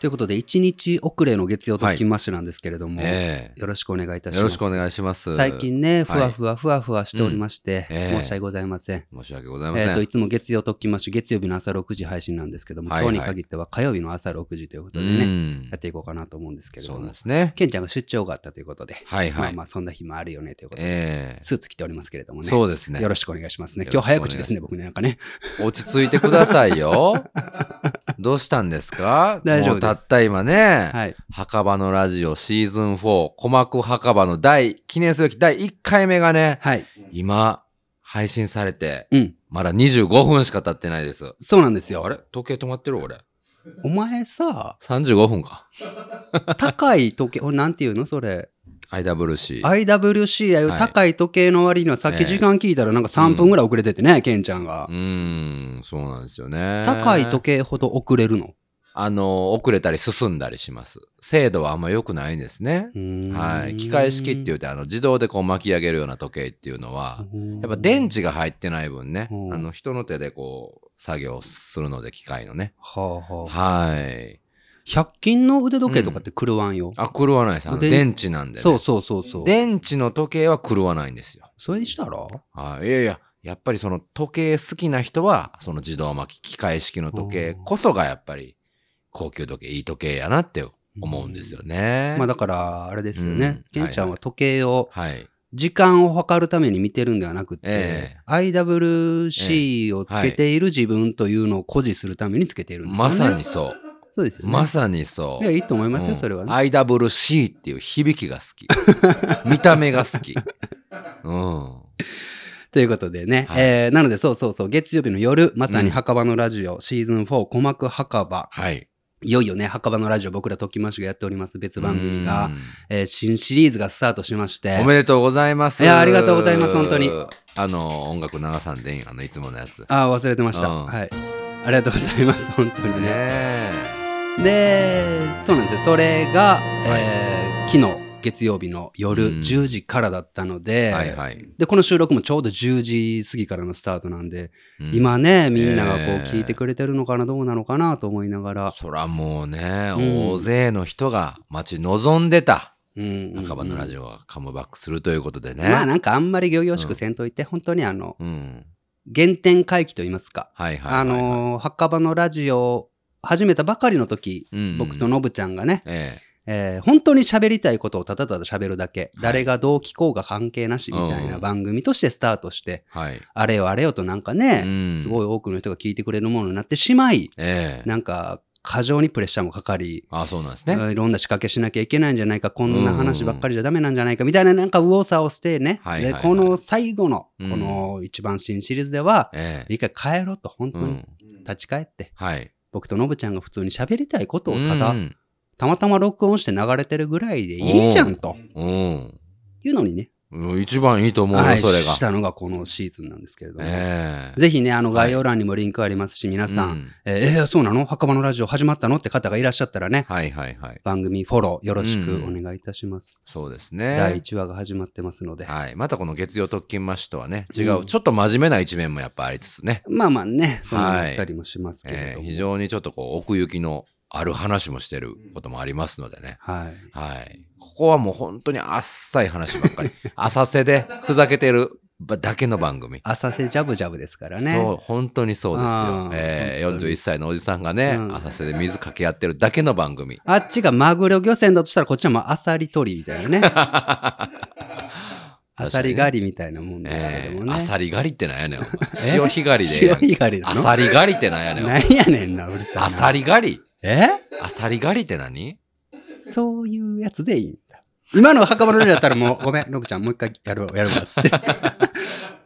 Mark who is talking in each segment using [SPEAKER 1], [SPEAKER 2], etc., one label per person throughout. [SPEAKER 1] ということで、1日遅れの月曜特勤マッシュなんですけれども、
[SPEAKER 2] え
[SPEAKER 1] よろしくお願いいたします。
[SPEAKER 2] よろしくお願いします。
[SPEAKER 1] 最近ね、ふ
[SPEAKER 2] はい
[SPEAKER 1] わふわふわふわしておりまして、
[SPEAKER 2] うんええ
[SPEAKER 1] 申し訳ございません。
[SPEAKER 2] 申し訳ございません。
[SPEAKER 1] えっといつも月曜特勤マッシュ、月曜日の朝6時配信なんですけども、
[SPEAKER 2] はいはい
[SPEAKER 1] 今日に限っては火曜日の朝6時ということ
[SPEAKER 2] う
[SPEAKER 1] でね、
[SPEAKER 2] ん
[SPEAKER 1] やっ。ていこうかなと思うんですけれど
[SPEAKER 2] そうなん
[SPEAKER 1] も
[SPEAKER 2] で、すね。
[SPEAKER 1] ケンちゃんが出張があったということで、
[SPEAKER 2] はいはい
[SPEAKER 1] まあまあそんな日もあるよねということで、
[SPEAKER 2] ええ
[SPEAKER 1] スーツ着ておりますけれどもね。
[SPEAKER 2] そうですね
[SPEAKER 1] よ。ろしくお願いしますね。
[SPEAKER 2] よ
[SPEAKER 1] 今
[SPEAKER 2] ろ
[SPEAKER 1] 日
[SPEAKER 2] しくお願い
[SPEAKER 1] 早口ですね、僕ね、なんかね。
[SPEAKER 2] 落ち着いてくださいよ。 どうしたんですか
[SPEAKER 1] 大丈夫
[SPEAKER 2] もう
[SPEAKER 1] です
[SPEAKER 2] たった今ね、
[SPEAKER 1] はい。
[SPEAKER 2] 墓場のラジオシーズン4、鼓膜墓場の第、記念すべき第1回目がね、
[SPEAKER 1] はい。
[SPEAKER 2] 今、配信されて、
[SPEAKER 1] うん。
[SPEAKER 2] まだ25分しか経ってないです。
[SPEAKER 1] そうなんですよ。
[SPEAKER 2] あれ時計止まってる俺。
[SPEAKER 1] お前さ、
[SPEAKER 2] 35分か。
[SPEAKER 1] 高い時計、おなんていうのそれ。
[SPEAKER 2] IWC。
[SPEAKER 1] IWC やよ、
[SPEAKER 2] はい
[SPEAKER 1] 高い時計の割にはさっき時間聞いたらなんか3分ぐらい遅れててね、ケンちゃんが
[SPEAKER 2] う。ーん、そうなんですよね。
[SPEAKER 1] 高い時計ほど遅れるの。
[SPEAKER 2] あの、遅れたり進んだりします。精度はあんま良くないんですね。はい。機械式って
[SPEAKER 1] い
[SPEAKER 2] 言うて、あの、自動でこう巻き上げるような時計っていうのは、
[SPEAKER 1] うん。
[SPEAKER 2] やっぱ電池が入ってない分ね、
[SPEAKER 1] うん
[SPEAKER 2] あの、人の手でこう、作業するので、機械のね。
[SPEAKER 1] はあはあ。
[SPEAKER 2] はい。
[SPEAKER 1] 100均の腕時計とかって狂わんよ。
[SPEAKER 2] あ、狂わないです。あの、
[SPEAKER 1] で
[SPEAKER 2] 電池なんでね。
[SPEAKER 1] そうそうそうそう。
[SPEAKER 2] 電池の時計は狂わないんですよ。
[SPEAKER 1] それにしたら
[SPEAKER 2] はい。いやいや、やっぱりその時計好きな人は、その自動巻き、機械式の時計こそがやっぱり、高級時計、いい時計やなって思うんですよね。
[SPEAKER 1] まあだから、あれですよね。
[SPEAKER 2] う
[SPEAKER 1] ケ
[SPEAKER 2] ん
[SPEAKER 1] ンちゃんは時計を
[SPEAKER 2] はい。
[SPEAKER 1] 時間を測るために見てるんではなくて
[SPEAKER 2] え、
[SPEAKER 1] IWC をつけている自分というのを誇示するためにつけているんですよね。
[SPEAKER 2] まさに。そう。
[SPEAKER 1] そうですよね。
[SPEAKER 2] まさにそう。
[SPEAKER 1] いや、いいと思い
[SPEAKER 2] うん
[SPEAKER 1] ますよ、それはね。
[SPEAKER 2] IWC っていう響きが好 き。見た目が好き。うん。
[SPEAKER 1] ということでね。
[SPEAKER 2] はい
[SPEAKER 1] えーなので、そうそうそう、月曜日の夜、まさに
[SPEAKER 2] うん
[SPEAKER 1] 墓場のラジオ、シーズン4、鼓膜墓場。
[SPEAKER 2] はい。
[SPEAKER 1] いよいよね、墓場のラジオ、僕らときましがやっております、別番組
[SPEAKER 2] う
[SPEAKER 1] が
[SPEAKER 2] ん、
[SPEAKER 1] えー新シリーズがスタートしまして。
[SPEAKER 2] おめでとうございます。
[SPEAKER 1] いやありがとうございます本当に。
[SPEAKER 2] あの、音楽流さんでいいあの、いつものやつ。
[SPEAKER 1] ああ、忘れてました。
[SPEAKER 2] うん
[SPEAKER 1] はい。ありがとうございます、 本当に
[SPEAKER 2] ね
[SPEAKER 1] ね。
[SPEAKER 2] え。
[SPEAKER 1] で、そうなんですよ。それが、えー昨日、月曜日の夜
[SPEAKER 2] うん
[SPEAKER 1] 10時からだったので、
[SPEAKER 2] はいはい。
[SPEAKER 1] で、この収録もちょうど10時過ぎからのスタートなんで、
[SPEAKER 2] うん
[SPEAKER 1] 今ね、みんながこう
[SPEAKER 2] えー
[SPEAKER 1] 聞いてくれてるのかな、どうなのかなと思いながら、
[SPEAKER 2] そらもうね、
[SPEAKER 1] うん
[SPEAKER 2] 大勢の人が待ち望んでた
[SPEAKER 1] うん
[SPEAKER 2] 赤羽のラ
[SPEAKER 1] ジ
[SPEAKER 2] ジオがカムバックするということでね。
[SPEAKER 1] まあなんかあんまり行々しくせんといて、本当にあの、
[SPEAKER 2] うん。
[SPEAKER 1] 原点回帰と言いますか、
[SPEAKER 2] はいはいはいはい。
[SPEAKER 1] あのー、墓場のラジオを始めたばかりの時、
[SPEAKER 2] うんうん
[SPEAKER 1] 僕とノブちゃんがね、
[SPEAKER 2] え
[SPEAKER 1] えー本当に喋りたいことをただただ喋るだけ、誰がどう聞こうが関係なしみたいな
[SPEAKER 2] うん
[SPEAKER 1] 番組としてスタートして、
[SPEAKER 2] え。はい。
[SPEAKER 1] あれよあれよとなんかね、
[SPEAKER 2] ん
[SPEAKER 1] すごい多くの人が聞いてくれるものになってしまい、
[SPEAKER 2] ええ
[SPEAKER 1] なんか過剰にプレッシャーもかかり、
[SPEAKER 2] あ、そうなんですね。
[SPEAKER 1] いろんな仕掛けしなきゃいけないんじゃないか、こんな話
[SPEAKER 2] うんう
[SPEAKER 1] ば
[SPEAKER 2] ん
[SPEAKER 1] っかりじゃダメなんじゃないか、みたいななんか右往左往してね。
[SPEAKER 2] はい
[SPEAKER 1] で、
[SPEAKER 2] はいはい
[SPEAKER 1] この最後の、
[SPEAKER 2] うん
[SPEAKER 1] この一番新シリーズでは、
[SPEAKER 2] ええ
[SPEAKER 1] 一回帰ろうと、本当
[SPEAKER 2] う
[SPEAKER 1] に
[SPEAKER 2] ん。
[SPEAKER 1] 立ち返って、
[SPEAKER 2] はい。
[SPEAKER 1] 僕とノブちゃんが普通に喋りたいことをただ
[SPEAKER 2] う、ん。
[SPEAKER 1] たまたま録音して流れてるぐらいでいいじゃんと
[SPEAKER 2] うん
[SPEAKER 1] いうのにね、
[SPEAKER 2] うん一番いいと思う
[SPEAKER 1] は
[SPEAKER 2] よ、
[SPEAKER 1] い
[SPEAKER 2] それが
[SPEAKER 1] し。たのがこのシーズンなんですけれども。
[SPEAKER 2] ええ。
[SPEAKER 1] ぜひね、あの概要欄にもリンクありますし、皆さん、
[SPEAKER 2] うん
[SPEAKER 1] えーえーそうなの墓場のラジオ始まったのって方がいらっしゃったらね、
[SPEAKER 2] はいはいはい。
[SPEAKER 1] 番組フォローよろしくお願いいたします。
[SPEAKER 2] そうですね。
[SPEAKER 1] 第1話が始まってますので。
[SPEAKER 2] はい。またこの月曜特勤マッシュとはね、違
[SPEAKER 1] う、
[SPEAKER 2] うんちょっと真面目な一面もやっぱありつつね、
[SPEAKER 1] まあまあね、そんなの
[SPEAKER 2] はい
[SPEAKER 1] あったりもしますけれ
[SPEAKER 2] え
[SPEAKER 1] ど
[SPEAKER 2] ー
[SPEAKER 1] も。
[SPEAKER 2] 非常にちょっとこう、奥行きのある話もしてることもありますのでね。
[SPEAKER 1] はい。
[SPEAKER 2] はい。ここはもう本当にあっさい話ば っかり。浅瀬でふざけてるだけの番組。
[SPEAKER 1] 浅瀬ジャブジャブですからね。
[SPEAKER 2] そう、本当にそうです
[SPEAKER 1] あー。
[SPEAKER 2] よえ
[SPEAKER 1] 本
[SPEAKER 2] ー、
[SPEAKER 1] 当に
[SPEAKER 2] 41歳のおじさんがね、
[SPEAKER 1] うん
[SPEAKER 2] 浅瀬で水かけ合ってるだけの番組。
[SPEAKER 1] あっちがマグロ漁船だとしたら、こっちはもうアサリ取りみたいなね。アサリ狩りみたいなもんですけ
[SPEAKER 2] え
[SPEAKER 1] ども
[SPEAKER 2] ー、
[SPEAKER 1] ね。
[SPEAKER 2] アサリ狩りってなんやね ん。お前潮干狩りでええ
[SPEAKER 1] 潮
[SPEAKER 2] やん。
[SPEAKER 1] 干狩 りな
[SPEAKER 2] ア
[SPEAKER 1] の
[SPEAKER 2] サリ狩りってなんやねん。
[SPEAKER 1] 何やねんな、うるさいな。
[SPEAKER 2] アサリ狩り
[SPEAKER 1] え
[SPEAKER 2] アサリ狩りって何
[SPEAKER 1] そういうやつでいいんだ。今の墓場のルールだったらもう、ご めん、ノブちゃんもう一回やるわ、やるわ、つって。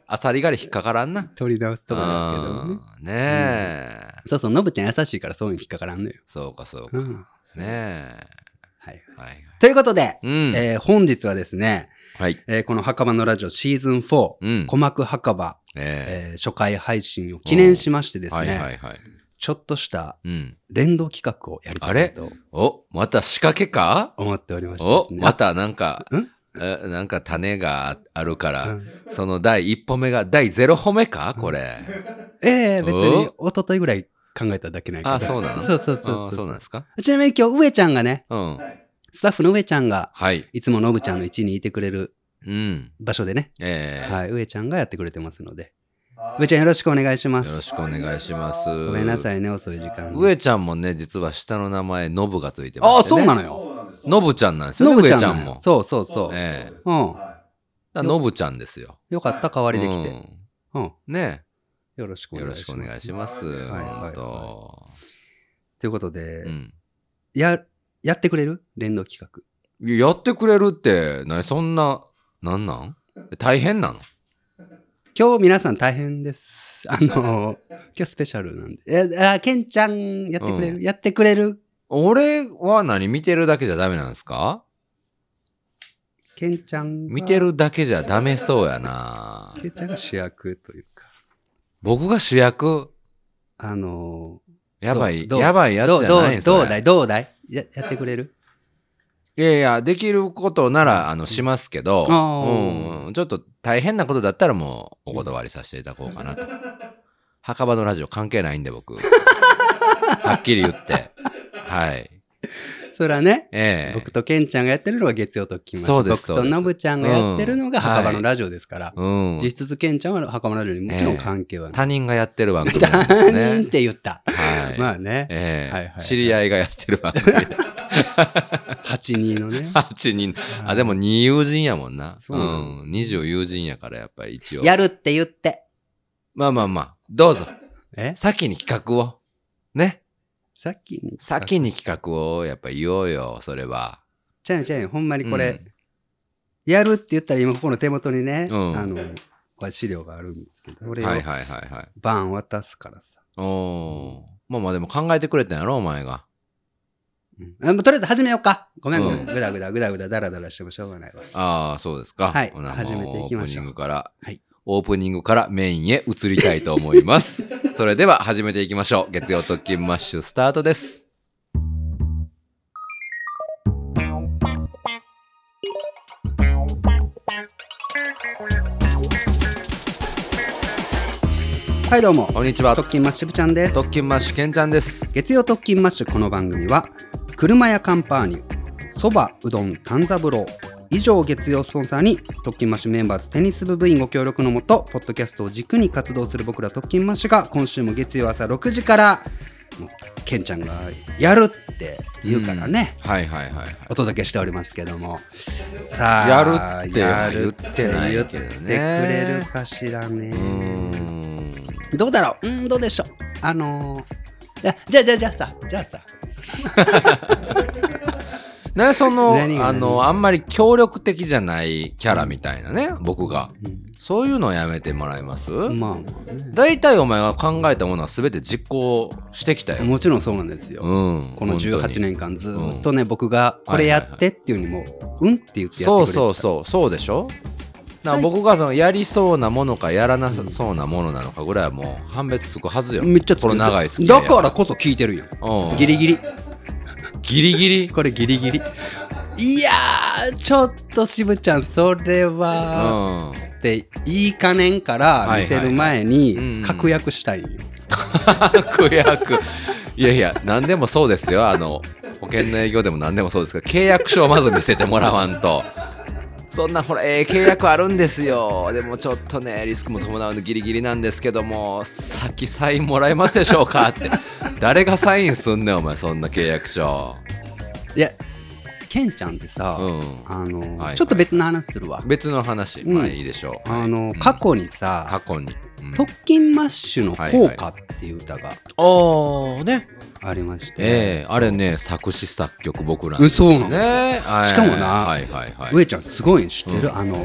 [SPEAKER 2] アサリ狩り引っかからんな。
[SPEAKER 1] 取り直すとこですけどもね。
[SPEAKER 2] うんねえ、
[SPEAKER 1] そうそう、ノブちゃん優しいからそういうの引っかからんのよ。
[SPEAKER 2] そうかそうか。
[SPEAKER 1] うん。
[SPEAKER 2] ねえ。
[SPEAKER 1] はい。
[SPEAKER 2] はいはい。
[SPEAKER 1] ということで、
[SPEAKER 2] うん。
[SPEAKER 1] えー本日はですね、
[SPEAKER 2] はい。
[SPEAKER 1] えーこの墓場のラジオシーズン4、
[SPEAKER 2] うん
[SPEAKER 1] 鼓膜墓場、
[SPEAKER 2] え
[SPEAKER 1] えー初回配信を記念しましてで
[SPEAKER 2] え
[SPEAKER 1] すね、
[SPEAKER 2] はいはいはい。
[SPEAKER 1] ちょっとした
[SPEAKER 2] うん。
[SPEAKER 1] 連動企画をやりたいなと
[SPEAKER 2] お、また仕掛けか
[SPEAKER 1] 思っておりましてで
[SPEAKER 2] お
[SPEAKER 1] す、ね。
[SPEAKER 2] またなんか
[SPEAKER 1] ん、
[SPEAKER 2] えなんか種があるから、
[SPEAKER 1] うん
[SPEAKER 2] その第一歩目が第ゼロ歩目かこれ。
[SPEAKER 1] ええ別に一昨日ぐらい考えただけないけど。
[SPEAKER 2] あ、そうなの
[SPEAKER 1] そうそうそうそう
[SPEAKER 2] あそうなんですか
[SPEAKER 1] ちなみに今日、上ちゃんがね、
[SPEAKER 2] うん。
[SPEAKER 1] スタッフの上ちゃんが、
[SPEAKER 2] はい。
[SPEAKER 1] いつものぶちゃんの位置にいてくれる
[SPEAKER 2] うん。
[SPEAKER 1] 場所でね、
[SPEAKER 2] ええ
[SPEAKER 1] はい、上ちゃんがやってくれてますので。上ちゃんよろしくお願いしま
[SPEAKER 2] よろ
[SPEAKER 1] す。
[SPEAKER 2] しくお願いします。
[SPEAKER 1] ごめんなさ
[SPEAKER 2] い。
[SPEAKER 1] いね、遅い時間に。
[SPEAKER 2] 上ちゃんもね、実は下の名前、ノブがついてま
[SPEAKER 1] ああ、
[SPEAKER 2] して、
[SPEAKER 1] そ
[SPEAKER 2] ね。
[SPEAKER 1] うな
[SPEAKER 2] の
[SPEAKER 1] のよ。
[SPEAKER 2] ノブちゃんなんですよ
[SPEAKER 1] の
[SPEAKER 2] ね、
[SPEAKER 1] ぶち
[SPEAKER 2] 上
[SPEAKER 1] ゃん
[SPEAKER 2] ちゃ
[SPEAKER 1] なんのよ
[SPEAKER 2] も。
[SPEAKER 1] そうそうそう。
[SPEAKER 2] ええ
[SPEAKER 1] うん。
[SPEAKER 2] だからノブちゃんですよ。
[SPEAKER 1] よかった、代わりできて。うん。
[SPEAKER 2] うんね
[SPEAKER 1] よろしくお
[SPEAKER 2] よ
[SPEAKER 1] 願
[SPEAKER 2] ろ
[SPEAKER 1] い
[SPEAKER 2] し
[SPEAKER 1] し
[SPEAKER 2] くお
[SPEAKER 1] ま
[SPEAKER 2] 願い
[SPEAKER 1] す。
[SPEAKER 2] します。
[SPEAKER 1] いはいはい
[SPEAKER 2] 本当
[SPEAKER 1] ということで
[SPEAKER 2] う、ん。
[SPEAKER 1] や、やってくれる連動企画。
[SPEAKER 2] いややってくれるって、なにそんな、なんなん大変なの
[SPEAKER 1] 今日皆さん大変です。 あの、今日スペシャルなんで。え、あ、ケンちゃん、やってくれる、
[SPEAKER 2] う
[SPEAKER 1] やってくれる
[SPEAKER 2] 俺は何見てるだけじゃダメなんですか
[SPEAKER 1] ケンちゃんが。
[SPEAKER 2] 見てるだけじゃダメそうやな
[SPEAKER 1] ケンちゃんが主役というか。
[SPEAKER 2] 僕が主役
[SPEAKER 1] あの、
[SPEAKER 2] やばい、
[SPEAKER 1] どう
[SPEAKER 2] やばいや
[SPEAKER 1] ど
[SPEAKER 2] つ
[SPEAKER 1] う、
[SPEAKER 2] じ
[SPEAKER 1] ど、
[SPEAKER 2] ゃないうんすよ
[SPEAKER 1] どうだい、どうだいや、やってくれる
[SPEAKER 2] いやいや、できることなら、あの、しますけど、
[SPEAKER 1] あー
[SPEAKER 2] うん、ちょっと大変なことだったらもう、お断りさせていただこうか なと。墓場のラジオ関係ないんで、僕。はっきり言って。はい。
[SPEAKER 1] そらね。
[SPEAKER 2] ええ
[SPEAKER 1] 僕とケンちゃんがやってるのが月曜ときまし
[SPEAKER 2] そうです
[SPEAKER 1] 僕
[SPEAKER 2] そ
[SPEAKER 1] と
[SPEAKER 2] うです
[SPEAKER 1] ノブちゃんがやってるのが
[SPEAKER 2] うん
[SPEAKER 1] 墓場の
[SPEAKER 2] はい
[SPEAKER 1] ラジオですから、
[SPEAKER 2] うん。
[SPEAKER 1] 実質ケンちゃんは墓場のラジオにもちろん関係はない。
[SPEAKER 2] 他人がやってる番組なんです
[SPEAKER 1] 他
[SPEAKER 2] ね。
[SPEAKER 1] 人って言った。
[SPEAKER 2] はい。
[SPEAKER 1] まあね、
[SPEAKER 2] ええ
[SPEAKER 1] はいはいはい
[SPEAKER 2] 知り合いがやってる 番組。
[SPEAKER 1] 8人のね。
[SPEAKER 2] 8人。 あ、でも2友人やもんな。
[SPEAKER 1] そうなんです
[SPEAKER 2] ん。20友人やから、やっぱり一応。
[SPEAKER 1] やるって言って。
[SPEAKER 2] まあまあまあ、どうぞ。
[SPEAKER 1] え
[SPEAKER 2] 先に企画を。ね。
[SPEAKER 1] さっきに。
[SPEAKER 2] 先に企画をやっぱ言おうよ、それは。
[SPEAKER 1] ちゃうちゃうよほんまにこれ、
[SPEAKER 2] うん
[SPEAKER 1] やるって言ったら今ここの手元にね、
[SPEAKER 2] うん
[SPEAKER 1] あの、これ資料があるんですけど、
[SPEAKER 2] は
[SPEAKER 1] 俺
[SPEAKER 2] い
[SPEAKER 1] を
[SPEAKER 2] はいはいはい。
[SPEAKER 1] バン渡すからさ。
[SPEAKER 2] おおー。まあまあでも考えてくれたんやろ、お前が。
[SPEAKER 1] うんあもうとりあえず始めようか。ごめんごめ
[SPEAKER 2] うん
[SPEAKER 1] ん。ぐだぐだぐだぐだだらだらしてもしょうがないわ。
[SPEAKER 2] ああ、そうですか。
[SPEAKER 1] はい
[SPEAKER 2] ほなもう
[SPEAKER 1] 始めていきましょう
[SPEAKER 2] オープニングから、
[SPEAKER 1] はい
[SPEAKER 2] オープニングからメインへ移りたいと思います。 それでは始めていきましょう。月曜特勤マッシュスタートです。
[SPEAKER 1] はい、どうも。
[SPEAKER 2] こんにちは。
[SPEAKER 1] 特
[SPEAKER 2] 特
[SPEAKER 1] 勤マッシュブちゃんです。
[SPEAKER 2] 勤マッシュけんちゃんです。
[SPEAKER 1] 月曜特勤マッシュこの番組は車やカンパーニュそばうどん炭三郎以上を月曜スポンサーに特勤マッシュメンバーズテニス部部員ご協力のもとポッドキャストを軸に活動する僕ら特勤マッシュが今週も月曜朝6時からもうケンちゃんがやるって言うからね、
[SPEAKER 2] はいはいはいはい。
[SPEAKER 1] お届けしておりますけどもさあ
[SPEAKER 2] やるって
[SPEAKER 1] や
[SPEAKER 2] は
[SPEAKER 1] る
[SPEAKER 2] 言
[SPEAKER 1] っ
[SPEAKER 2] ってて
[SPEAKER 1] な
[SPEAKER 2] ないい
[SPEAKER 1] 言っ
[SPEAKER 2] け
[SPEAKER 1] て
[SPEAKER 2] どね
[SPEAKER 1] くれるかしらね
[SPEAKER 2] うーん。
[SPEAKER 1] どうだろううんどうでしょうあのー、あじゃあじゃあじゃあさじゃあさ
[SPEAKER 2] ね、その
[SPEAKER 1] 何、が
[SPEAKER 2] あの、あんまり協力的じゃないキャラみたいなね、僕が。そういうのやめてもらえます
[SPEAKER 1] まあまあね
[SPEAKER 2] 大体お前が考えたものは全て実行してきたよ。
[SPEAKER 1] もちろんそうなんですよ、
[SPEAKER 2] うん。
[SPEAKER 1] この
[SPEAKER 2] 本当に
[SPEAKER 1] 18年間ずーっとね、僕がこれやってっていうにもう、うんって言ってやって
[SPEAKER 2] そう
[SPEAKER 1] くれてた
[SPEAKER 2] そうそうそうでしょだか
[SPEAKER 1] 最
[SPEAKER 2] ら僕がそのやりそうなものかやらなさそうなものなのかぐらいはもう判別つくはずよ
[SPEAKER 1] めっちゃ
[SPEAKER 2] この長い
[SPEAKER 1] 付
[SPEAKER 2] 付
[SPEAKER 1] き
[SPEAKER 2] き合
[SPEAKER 1] 合
[SPEAKER 2] い
[SPEAKER 1] い
[SPEAKER 2] や
[SPEAKER 1] だからこそ聞いてるよ
[SPEAKER 2] うん
[SPEAKER 1] ギリギリ
[SPEAKER 2] ギリギリ
[SPEAKER 1] これギリギリいやーちょっと渋ちゃんそれ
[SPEAKER 2] う
[SPEAKER 1] は、
[SPEAKER 2] ん
[SPEAKER 1] って言いかねんから見せる前
[SPEAKER 2] はいはいはいうん
[SPEAKER 1] に
[SPEAKER 2] うん
[SPEAKER 1] 確約したいよ、
[SPEAKER 2] 悪役いやいや何でもそうですよあの保険の営業でも何でもそうですけど契約書をまず見せてもらわんとそんなほら、えー契約あるんですよでもちょっとねリスクも伴うんでギリギリなんですけども先サインもらえますでしょうかって誰がサインすんねんお前そんな契約書
[SPEAKER 1] いやケンちゃんってさ、
[SPEAKER 2] うん
[SPEAKER 1] あの
[SPEAKER 2] はい
[SPEAKER 1] ちょっと別の話するわ、
[SPEAKER 2] 別の話、
[SPEAKER 1] うん
[SPEAKER 2] まあいいでしょう。
[SPEAKER 1] あの
[SPEAKER 2] ん
[SPEAKER 1] 過去にさ、
[SPEAKER 2] 過去に。うん
[SPEAKER 1] 特勤マッシュの効果っていう歌が
[SPEAKER 2] ああね。
[SPEAKER 1] ありまして、
[SPEAKER 2] ええあれね、作詞作曲僕ら
[SPEAKER 1] えそうなの
[SPEAKER 2] ね。はい
[SPEAKER 1] しかもな
[SPEAKER 2] はいはいはい。
[SPEAKER 1] 上ちゃんすごいん知ってる、
[SPEAKER 2] うん
[SPEAKER 1] あの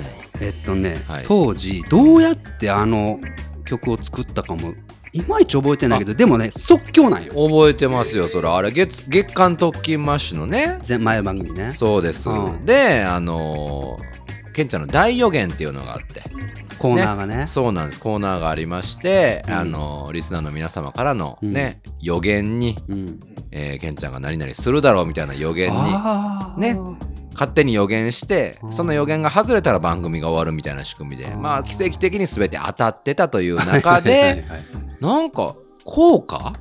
[SPEAKER 1] えっとね、
[SPEAKER 2] はい
[SPEAKER 1] 当時どうやってあの曲を作ったかもいまいち覚えてないけどでもね即興なんよ
[SPEAKER 2] 覚えてますよ、それ。あれ、月、月刊特勤マッシュのね。
[SPEAKER 1] 前前番組ね
[SPEAKER 2] そうです。
[SPEAKER 1] うん
[SPEAKER 2] で、あのーケンちゃんの大予言っていうのがあって。
[SPEAKER 1] コーナーがね
[SPEAKER 2] そうなんです。コーナーがありまして、
[SPEAKER 1] うん
[SPEAKER 2] あのーリスナーの皆様からのね、予言に、
[SPEAKER 1] うん、
[SPEAKER 2] えー、ケンちゃんが何々するだろうみたいな予言に
[SPEAKER 1] あー
[SPEAKER 2] ね勝手に予言して
[SPEAKER 1] うん
[SPEAKER 2] その予言が外れたら番組が終わるみたいな仕組みで
[SPEAKER 1] うん
[SPEAKER 2] まあ奇跡的に全て当たってたという
[SPEAKER 1] はいは
[SPEAKER 2] 中
[SPEAKER 1] いはい
[SPEAKER 2] で
[SPEAKER 1] はい
[SPEAKER 2] なんか効果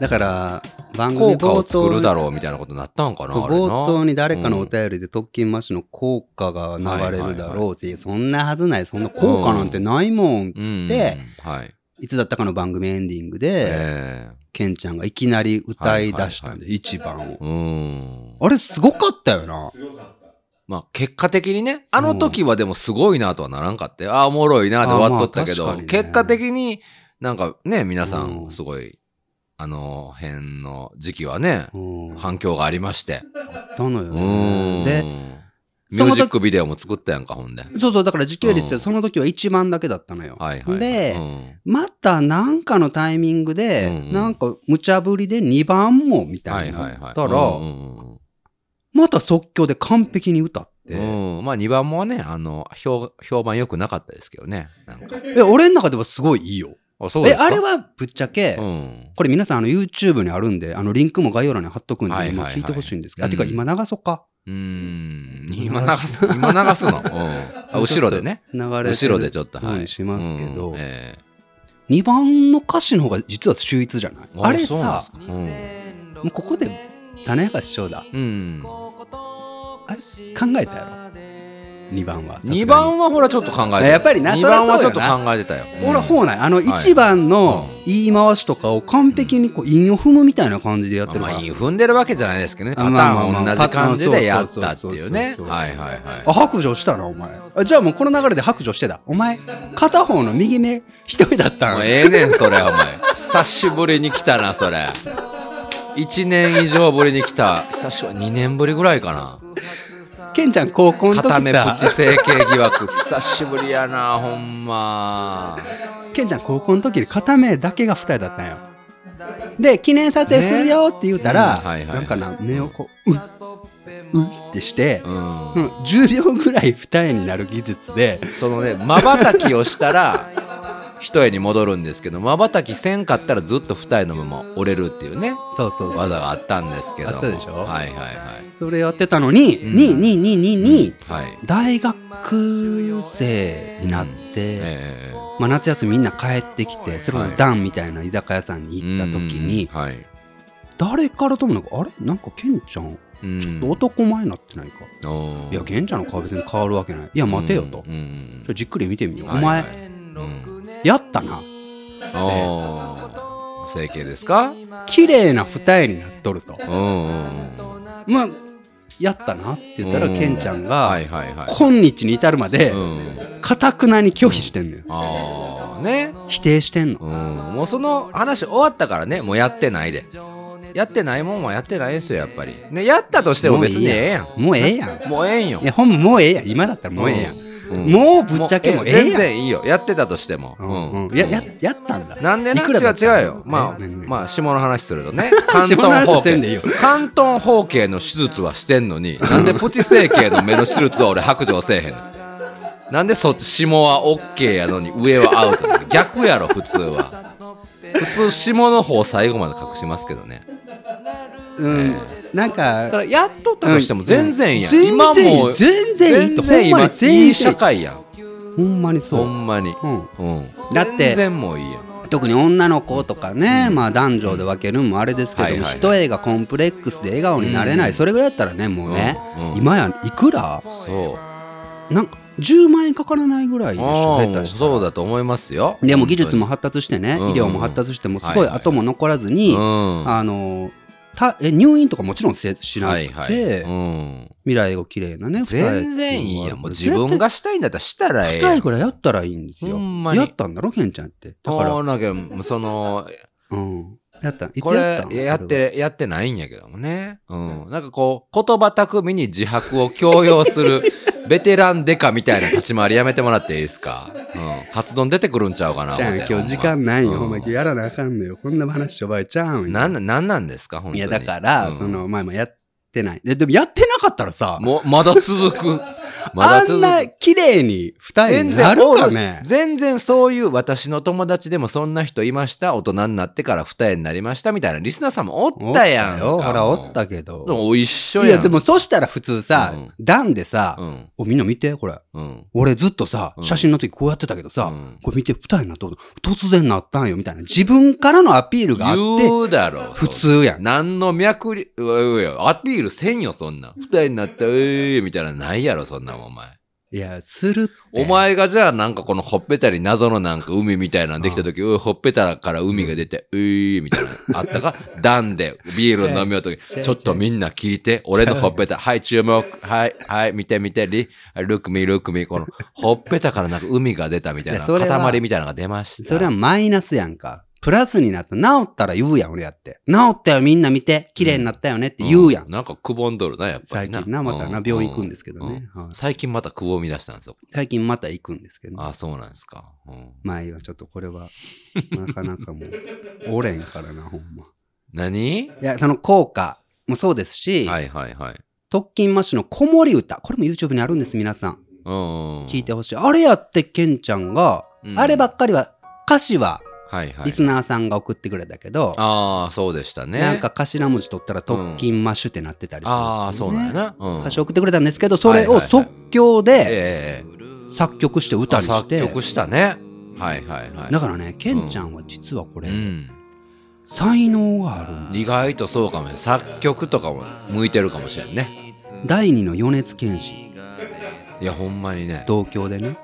[SPEAKER 1] だから番組
[SPEAKER 2] 効果
[SPEAKER 1] 冒
[SPEAKER 2] を作るだ
[SPEAKER 1] 頭
[SPEAKER 2] ろうみたいなことになったんかな
[SPEAKER 1] そう
[SPEAKER 2] あれな
[SPEAKER 1] 冒頭に誰かのお便りで特勤マッシュの効果が流れるだろうってそんなはずないそんな効果なんてないもんっつって、
[SPEAKER 2] うんはい
[SPEAKER 1] いつだったかの番組エンディングで、
[SPEAKER 2] え
[SPEAKER 1] ケンちゃんがいきなり歌い出した
[SPEAKER 2] は
[SPEAKER 1] ん
[SPEAKER 2] いは
[SPEAKER 1] で一番を
[SPEAKER 2] えうん
[SPEAKER 1] あれすごかったよな
[SPEAKER 2] まあ結果的にね、あの時はでもすごいなとはならんかって、ああ、おもろいなで終わっとったけど、
[SPEAKER 1] あーまあ確かにね
[SPEAKER 2] 結果的になんかね、皆さ
[SPEAKER 1] うん
[SPEAKER 2] んすごい、あの辺の時期はね、
[SPEAKER 1] うんあっ
[SPEAKER 2] 反響がありまして。
[SPEAKER 1] たのよ
[SPEAKER 2] う
[SPEAKER 1] ね
[SPEAKER 2] ん。
[SPEAKER 1] で
[SPEAKER 2] ミュージックビデオも作ったやんか、ほんで。
[SPEAKER 1] そうそう、だから時系列で
[SPEAKER 2] うん
[SPEAKER 1] その時は1番だけだったのよ。
[SPEAKER 2] はいはい。
[SPEAKER 1] で、
[SPEAKER 2] うん
[SPEAKER 1] またなんかのタイミングで、
[SPEAKER 2] うんうん
[SPEAKER 1] なんか無茶ぶりで2番もみた
[SPEAKER 2] はいい
[SPEAKER 1] に
[SPEAKER 2] はい
[SPEAKER 1] な
[SPEAKER 2] は
[SPEAKER 1] っ
[SPEAKER 2] い。
[SPEAKER 1] たら、
[SPEAKER 2] うんうん
[SPEAKER 1] また即興で完璧に歌って、
[SPEAKER 2] うん、うんまあ2番もね、あの、評評判良くなかったですけどね。なんか。
[SPEAKER 1] え、俺の中ではすごいいいよ。
[SPEAKER 2] あ、そうで
[SPEAKER 1] え、
[SPEAKER 2] すか
[SPEAKER 1] あれはぶっちゃけ、
[SPEAKER 2] うん。
[SPEAKER 1] これ皆さんあの YouTube にあるんで、あのリンクも概要欄に貼っとくんで、
[SPEAKER 2] はいはいはい
[SPEAKER 1] 今聞いてほしいんですけど、あ、
[SPEAKER 2] うん
[SPEAKER 1] てか今流そうか。
[SPEAKER 2] うーん。今流す、今流すの。うんあ。後ろでね。
[SPEAKER 1] 流れてる
[SPEAKER 2] 後ろでちょっと、
[SPEAKER 1] よう
[SPEAKER 2] は
[SPEAKER 1] に
[SPEAKER 2] い。
[SPEAKER 1] しますけど、
[SPEAKER 2] うんえ
[SPEAKER 1] 2番の歌詞の方が実は秀逸じゃない
[SPEAKER 2] え
[SPEAKER 1] あれさ、
[SPEAKER 2] そうなんです
[SPEAKER 1] も
[SPEAKER 2] か
[SPEAKER 1] うここで種明かしちょうだ。
[SPEAKER 2] うんうん。
[SPEAKER 1] あれ考えたやろ2番は
[SPEAKER 2] 2番はほらちょっと考えてた。
[SPEAKER 1] やっぱりな
[SPEAKER 2] 2番はちょっ
[SPEAKER 1] そ
[SPEAKER 2] と
[SPEAKER 1] りゃそうよ
[SPEAKER 2] 考えてたよ。
[SPEAKER 1] ほら、
[SPEAKER 2] うん
[SPEAKER 1] ほうない。あの、
[SPEAKER 2] い
[SPEAKER 1] 1番の言い回しとかを完璧にこう、韻を踏むみたいな感じでやってる
[SPEAKER 2] ま
[SPEAKER 1] か
[SPEAKER 2] あ、
[SPEAKER 1] ら。
[SPEAKER 2] 踏んでるわけじゃないですけどね。パターンは同じ感じでやったっていうね。はいはいはい。
[SPEAKER 1] あ、白状したな、お前。あじゃあもうこの流れで白状してた。お前、片方の右目、一人だった
[SPEAKER 2] も
[SPEAKER 1] ん
[SPEAKER 2] うええねん、それ、お前。久しぶりに来たな、それ。1年以上ぶりに来た。久しぶり、2年ぶりぐらいかな。
[SPEAKER 1] ケンちゃん高校の
[SPEAKER 2] 片
[SPEAKER 1] 時
[SPEAKER 2] 目プ
[SPEAKER 1] さ
[SPEAKER 2] チ、整形疑惑。 久しぶりやな、ほんま。
[SPEAKER 1] ケンちゃん高校の時で片目だけが二人だったんよ。で、記念撮影するよって言うたら、
[SPEAKER 2] ねうんはいはい
[SPEAKER 1] なんかな、目をこう、うん、うんってして、
[SPEAKER 2] うん。
[SPEAKER 1] うん、10秒ぐらい二重になる技術で、
[SPEAKER 2] そのね、瞬きをしたら、一重に戻るんですけど、瞬きせんかったらずっと二重のまま折れるっていうね、
[SPEAKER 1] そうそうそう。
[SPEAKER 2] 技があったんですけども。
[SPEAKER 1] あったでしょ
[SPEAKER 2] はいはいはい。
[SPEAKER 1] それやってたのに、に、に、に、に、に、
[SPEAKER 2] はい。
[SPEAKER 1] 大学生になって、
[SPEAKER 2] え
[SPEAKER 1] まあ、夏休みみんな帰ってきてそれこそダンみたいな居酒屋さんに
[SPEAKER 2] え
[SPEAKER 1] 行った時に、
[SPEAKER 2] うんはい。
[SPEAKER 1] 誰からともなく「あれなんかケンちゃん
[SPEAKER 2] うん
[SPEAKER 1] 男前になってないか?」
[SPEAKER 2] おー
[SPEAKER 1] いやケンちゃんの顔別に変わるわけない」「いや待てよ」と
[SPEAKER 2] うんうん
[SPEAKER 1] 「ちょじっくり見てみよう」
[SPEAKER 2] はい
[SPEAKER 1] お前
[SPEAKER 2] はいうん
[SPEAKER 1] やったな
[SPEAKER 2] おー整形ですか
[SPEAKER 1] 綺麗な二重になっとると」
[SPEAKER 2] うんうんうん
[SPEAKER 1] まあやったな」って言ったら
[SPEAKER 2] うん
[SPEAKER 1] ケンちゃん
[SPEAKER 2] は
[SPEAKER 1] が
[SPEAKER 2] いはいはい
[SPEAKER 1] 今日に至るまで
[SPEAKER 2] うん
[SPEAKER 1] かたくなに拒否してんのよ
[SPEAKER 2] ああね
[SPEAKER 1] 否定してんの
[SPEAKER 2] うんもうその話終わったからねもうやってないでやってないもんはやってないですよやっぱりねやったとしても別にええやん
[SPEAKER 1] もうええやん
[SPEAKER 2] もうええんよ
[SPEAKER 1] いやほんまもうええやん今だったらもうええやん
[SPEAKER 2] うん
[SPEAKER 1] もうぶっちゃけもうええ
[SPEAKER 2] 全
[SPEAKER 1] やん
[SPEAKER 2] 然いいよやってたとしても
[SPEAKER 1] うん
[SPEAKER 2] う
[SPEAKER 1] うんん、やややったんだ
[SPEAKER 2] なんで
[SPEAKER 1] い
[SPEAKER 2] な
[SPEAKER 1] くらだ
[SPEAKER 2] 違
[SPEAKER 1] っ
[SPEAKER 2] う違
[SPEAKER 1] た
[SPEAKER 2] うよ。まあ、
[SPEAKER 1] え何
[SPEAKER 2] まあ、下の話するとね。関
[SPEAKER 1] 下
[SPEAKER 2] 東
[SPEAKER 1] の話
[SPEAKER 2] 方
[SPEAKER 1] せんでいい
[SPEAKER 2] 形
[SPEAKER 1] よ。
[SPEAKER 2] 関東方形の手術はしてんのに、なんでプチ整形の目の手術は俺白状せえへんのなんでそっち下はオッケーやのに上はアウトなの逆やろ、普通は。普通下の方最後まで隠しますけどね。
[SPEAKER 1] うん、なん
[SPEAKER 2] だか
[SPEAKER 1] から
[SPEAKER 2] やっとったとしても全然いいやん。
[SPEAKER 1] うん
[SPEAKER 2] 今もう
[SPEAKER 1] 全然いい全然いいと
[SPEAKER 2] 全然
[SPEAKER 1] ほ
[SPEAKER 2] 今
[SPEAKER 1] んまに全然いい
[SPEAKER 2] いい社会やん。
[SPEAKER 1] ほんまにそ
[SPEAKER 2] ほ
[SPEAKER 1] う、
[SPEAKER 2] んまに。
[SPEAKER 1] うん、
[SPEAKER 2] うん。
[SPEAKER 1] だって
[SPEAKER 2] 全然もういいやん。
[SPEAKER 1] 特に女の子とかね、まあ男女で分けるんもあれですけども、
[SPEAKER 2] はいはいはい
[SPEAKER 1] 一重がコンプレックスで笑顔になれない、それぐらいだったらねもうね、
[SPEAKER 2] うんうん
[SPEAKER 1] 今やいくら
[SPEAKER 2] そう。
[SPEAKER 1] なんか10万円かからないぐらいでしょ
[SPEAKER 2] あ
[SPEAKER 1] 下
[SPEAKER 2] あ
[SPEAKER 1] 手したら
[SPEAKER 2] そうだと思いますよ
[SPEAKER 1] でも技術も発達してね、
[SPEAKER 2] うんうん
[SPEAKER 1] 医療も発達してもすごい
[SPEAKER 2] はいはい
[SPEAKER 1] 後も残らずに、
[SPEAKER 2] うん
[SPEAKER 1] あのたえ入院とかもちろんせしなく
[SPEAKER 2] は
[SPEAKER 1] て、
[SPEAKER 2] いはい、うん、
[SPEAKER 1] 未来が綺麗なね
[SPEAKER 2] 全然いいやんもう自分がしたいんだったらしたらええや
[SPEAKER 1] た
[SPEAKER 2] ん
[SPEAKER 1] いからやったらいいんですよ
[SPEAKER 2] ほんまに
[SPEAKER 1] やったんだろケンちゃんってだか
[SPEAKER 2] そ
[SPEAKER 1] ら
[SPEAKER 2] うなんかその
[SPEAKER 1] うんやった いつ
[SPEAKER 2] こ
[SPEAKER 1] や
[SPEAKER 2] れ
[SPEAKER 1] ったん
[SPEAKER 2] やってやってないんやけどもね、うん、なんかこう言葉巧みに自白を強要す るベテランデカみたいな立ち回りやめてもらっていいですか、うん、カツ丼出てくるんちゃうかな
[SPEAKER 1] じゃん
[SPEAKER 2] 思って
[SPEAKER 1] 今日時間ないよ
[SPEAKER 2] う
[SPEAKER 1] ほんま今日やらなあかんのよこんな話しょばいちゃうんよ
[SPEAKER 2] なんなんなんですか本当
[SPEAKER 1] い
[SPEAKER 2] に
[SPEAKER 1] やだから
[SPEAKER 2] うん
[SPEAKER 1] その前もやってってない。で、でもやってなかったらさ、
[SPEAKER 2] もう、まだ 続く。まだ
[SPEAKER 1] あん
[SPEAKER 2] 続
[SPEAKER 1] な
[SPEAKER 2] く。
[SPEAKER 1] 綺麗に二重
[SPEAKER 2] 全
[SPEAKER 1] に
[SPEAKER 2] 然
[SPEAKER 1] なるかね
[SPEAKER 2] 全然そういう私の友達でもそんな人いました大人になってから二重になりましたみたいなリスナーさんもおったやんか
[SPEAKER 1] おったよほら、おったけど。
[SPEAKER 2] でも一緒
[SPEAKER 1] い
[SPEAKER 2] やん
[SPEAKER 1] や、でもそしたら普通さ
[SPEAKER 2] うん、
[SPEAKER 1] 段でさ
[SPEAKER 2] う、ん
[SPEAKER 1] お、みんな見て、これ。
[SPEAKER 2] うん
[SPEAKER 1] 俺ずっとさ、
[SPEAKER 2] うん
[SPEAKER 1] 写真の時こうやってたけどさ、
[SPEAKER 2] うん
[SPEAKER 1] これ見て、二人になったこと、突然なったんよ、みたいな。自分からのアピールがあって、
[SPEAKER 2] 言うだろ
[SPEAKER 1] 普通やん。
[SPEAKER 2] 何の脈りうわうわアピールせんよそんなん二人になったええみたいなのないやろそんなんお前
[SPEAKER 1] いや、するって。
[SPEAKER 2] お前がじゃあなんかこのほっぺたに謎のなんか海みたいなのできた時、ういほっぺたから海が出て、ういみたいなのあっ たかダンでビール飲みようとき、
[SPEAKER 1] 違う
[SPEAKER 2] ちょっとみんな聞いて、俺のほっぺた、はい注目、はい、はい、見て見て、り、ルックミルックミこのほっぺたからなんか海が出たみた
[SPEAKER 1] い
[SPEAKER 2] いな、
[SPEAKER 1] やそれは
[SPEAKER 2] 塊みたいなのが出ました。
[SPEAKER 1] それはマイナスやんか。プラスになった。治ったら言うやん、俺やって。治ったよ、みんな見て。綺麗になったよねって言うやん。
[SPEAKER 2] うなんかくぼんどるな、やっぱ
[SPEAKER 1] 最
[SPEAKER 2] りな。
[SPEAKER 1] 近な、またな、
[SPEAKER 2] うん
[SPEAKER 1] 病院行くんですけどね。
[SPEAKER 2] うん
[SPEAKER 1] はい
[SPEAKER 2] 最近またくぼみ出したんですよ。
[SPEAKER 1] 最近また行くんですけどね。
[SPEAKER 2] ああ、そうなんですか。うん
[SPEAKER 1] まあいいわ、ちょっとこれは、なかなかもう、おれんからな、ほんま。
[SPEAKER 2] 何
[SPEAKER 1] いや、その効果もそうですし、
[SPEAKER 2] はいはいはい。
[SPEAKER 1] 特勤マッシュの子守歌。これも YouTube にあるんです、皆さん。
[SPEAKER 2] うん。
[SPEAKER 1] 聞いてほしい。あれやって、ケンちゃんが、
[SPEAKER 2] うん
[SPEAKER 1] あればっかりは、歌詞は、
[SPEAKER 2] はいはい。
[SPEAKER 1] リスナーさんが送ってくれたけど、
[SPEAKER 2] ああ、そうでしたね。
[SPEAKER 1] なんか頭文字取ったら特勤マッシュってなってたりする、
[SPEAKER 2] ああ、そうなんや。な。うん。
[SPEAKER 1] 歌詞送ってくれたんですけど、それを
[SPEAKER 2] はいはいはい
[SPEAKER 1] 即興で
[SPEAKER 2] ええ
[SPEAKER 1] 作曲して歌にし
[SPEAKER 2] 作
[SPEAKER 1] て。
[SPEAKER 2] 曲したね。はいはいはい。
[SPEAKER 1] だからね、ケンちゃんは実はこれ、
[SPEAKER 2] うん。
[SPEAKER 1] 才能があるんだ
[SPEAKER 2] 意外とそうかもね。作曲とかも向いてるかもしれんね。
[SPEAKER 1] 第二の米津玄師、
[SPEAKER 2] いや、ほんまにね。
[SPEAKER 1] 同郷でね。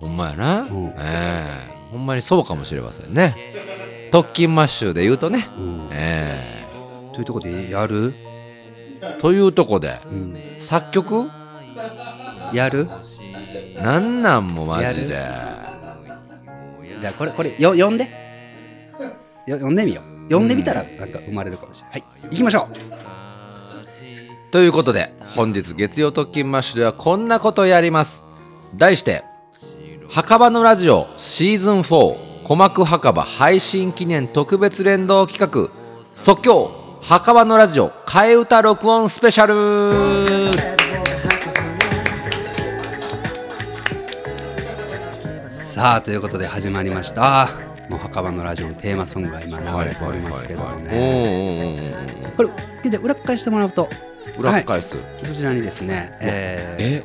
[SPEAKER 2] ほんまやな。
[SPEAKER 1] ん
[SPEAKER 2] ええほんまにそうかもしれませんね。特勤マッシュで言うとね。
[SPEAKER 1] うん。
[SPEAKER 2] ええ
[SPEAKER 1] というところで、やる
[SPEAKER 2] というとこで、
[SPEAKER 1] うん。
[SPEAKER 2] 作曲
[SPEAKER 1] やる
[SPEAKER 2] なんなんもマジで。
[SPEAKER 1] じゃあこれこれよ読んでよ読んでみよう読んでみたらなんか生まれるかもしれない、はい行きましょ
[SPEAKER 2] ということで本日月曜特勤マッシュではこんなことやります題して「墓場のラジオシーズン4鼓膜墓場配信記念特別連動企画即興墓場のラジオ替え歌録音スペシャル」
[SPEAKER 1] うさあということで始まりましたもう墓場のラジオのテーマソングが今流れておりますけどもね
[SPEAKER 2] い
[SPEAKER 1] これじゃあ裏返してもらうと
[SPEAKER 2] 裏返す、
[SPEAKER 1] そちらにですね、え
[SPEAKER 2] え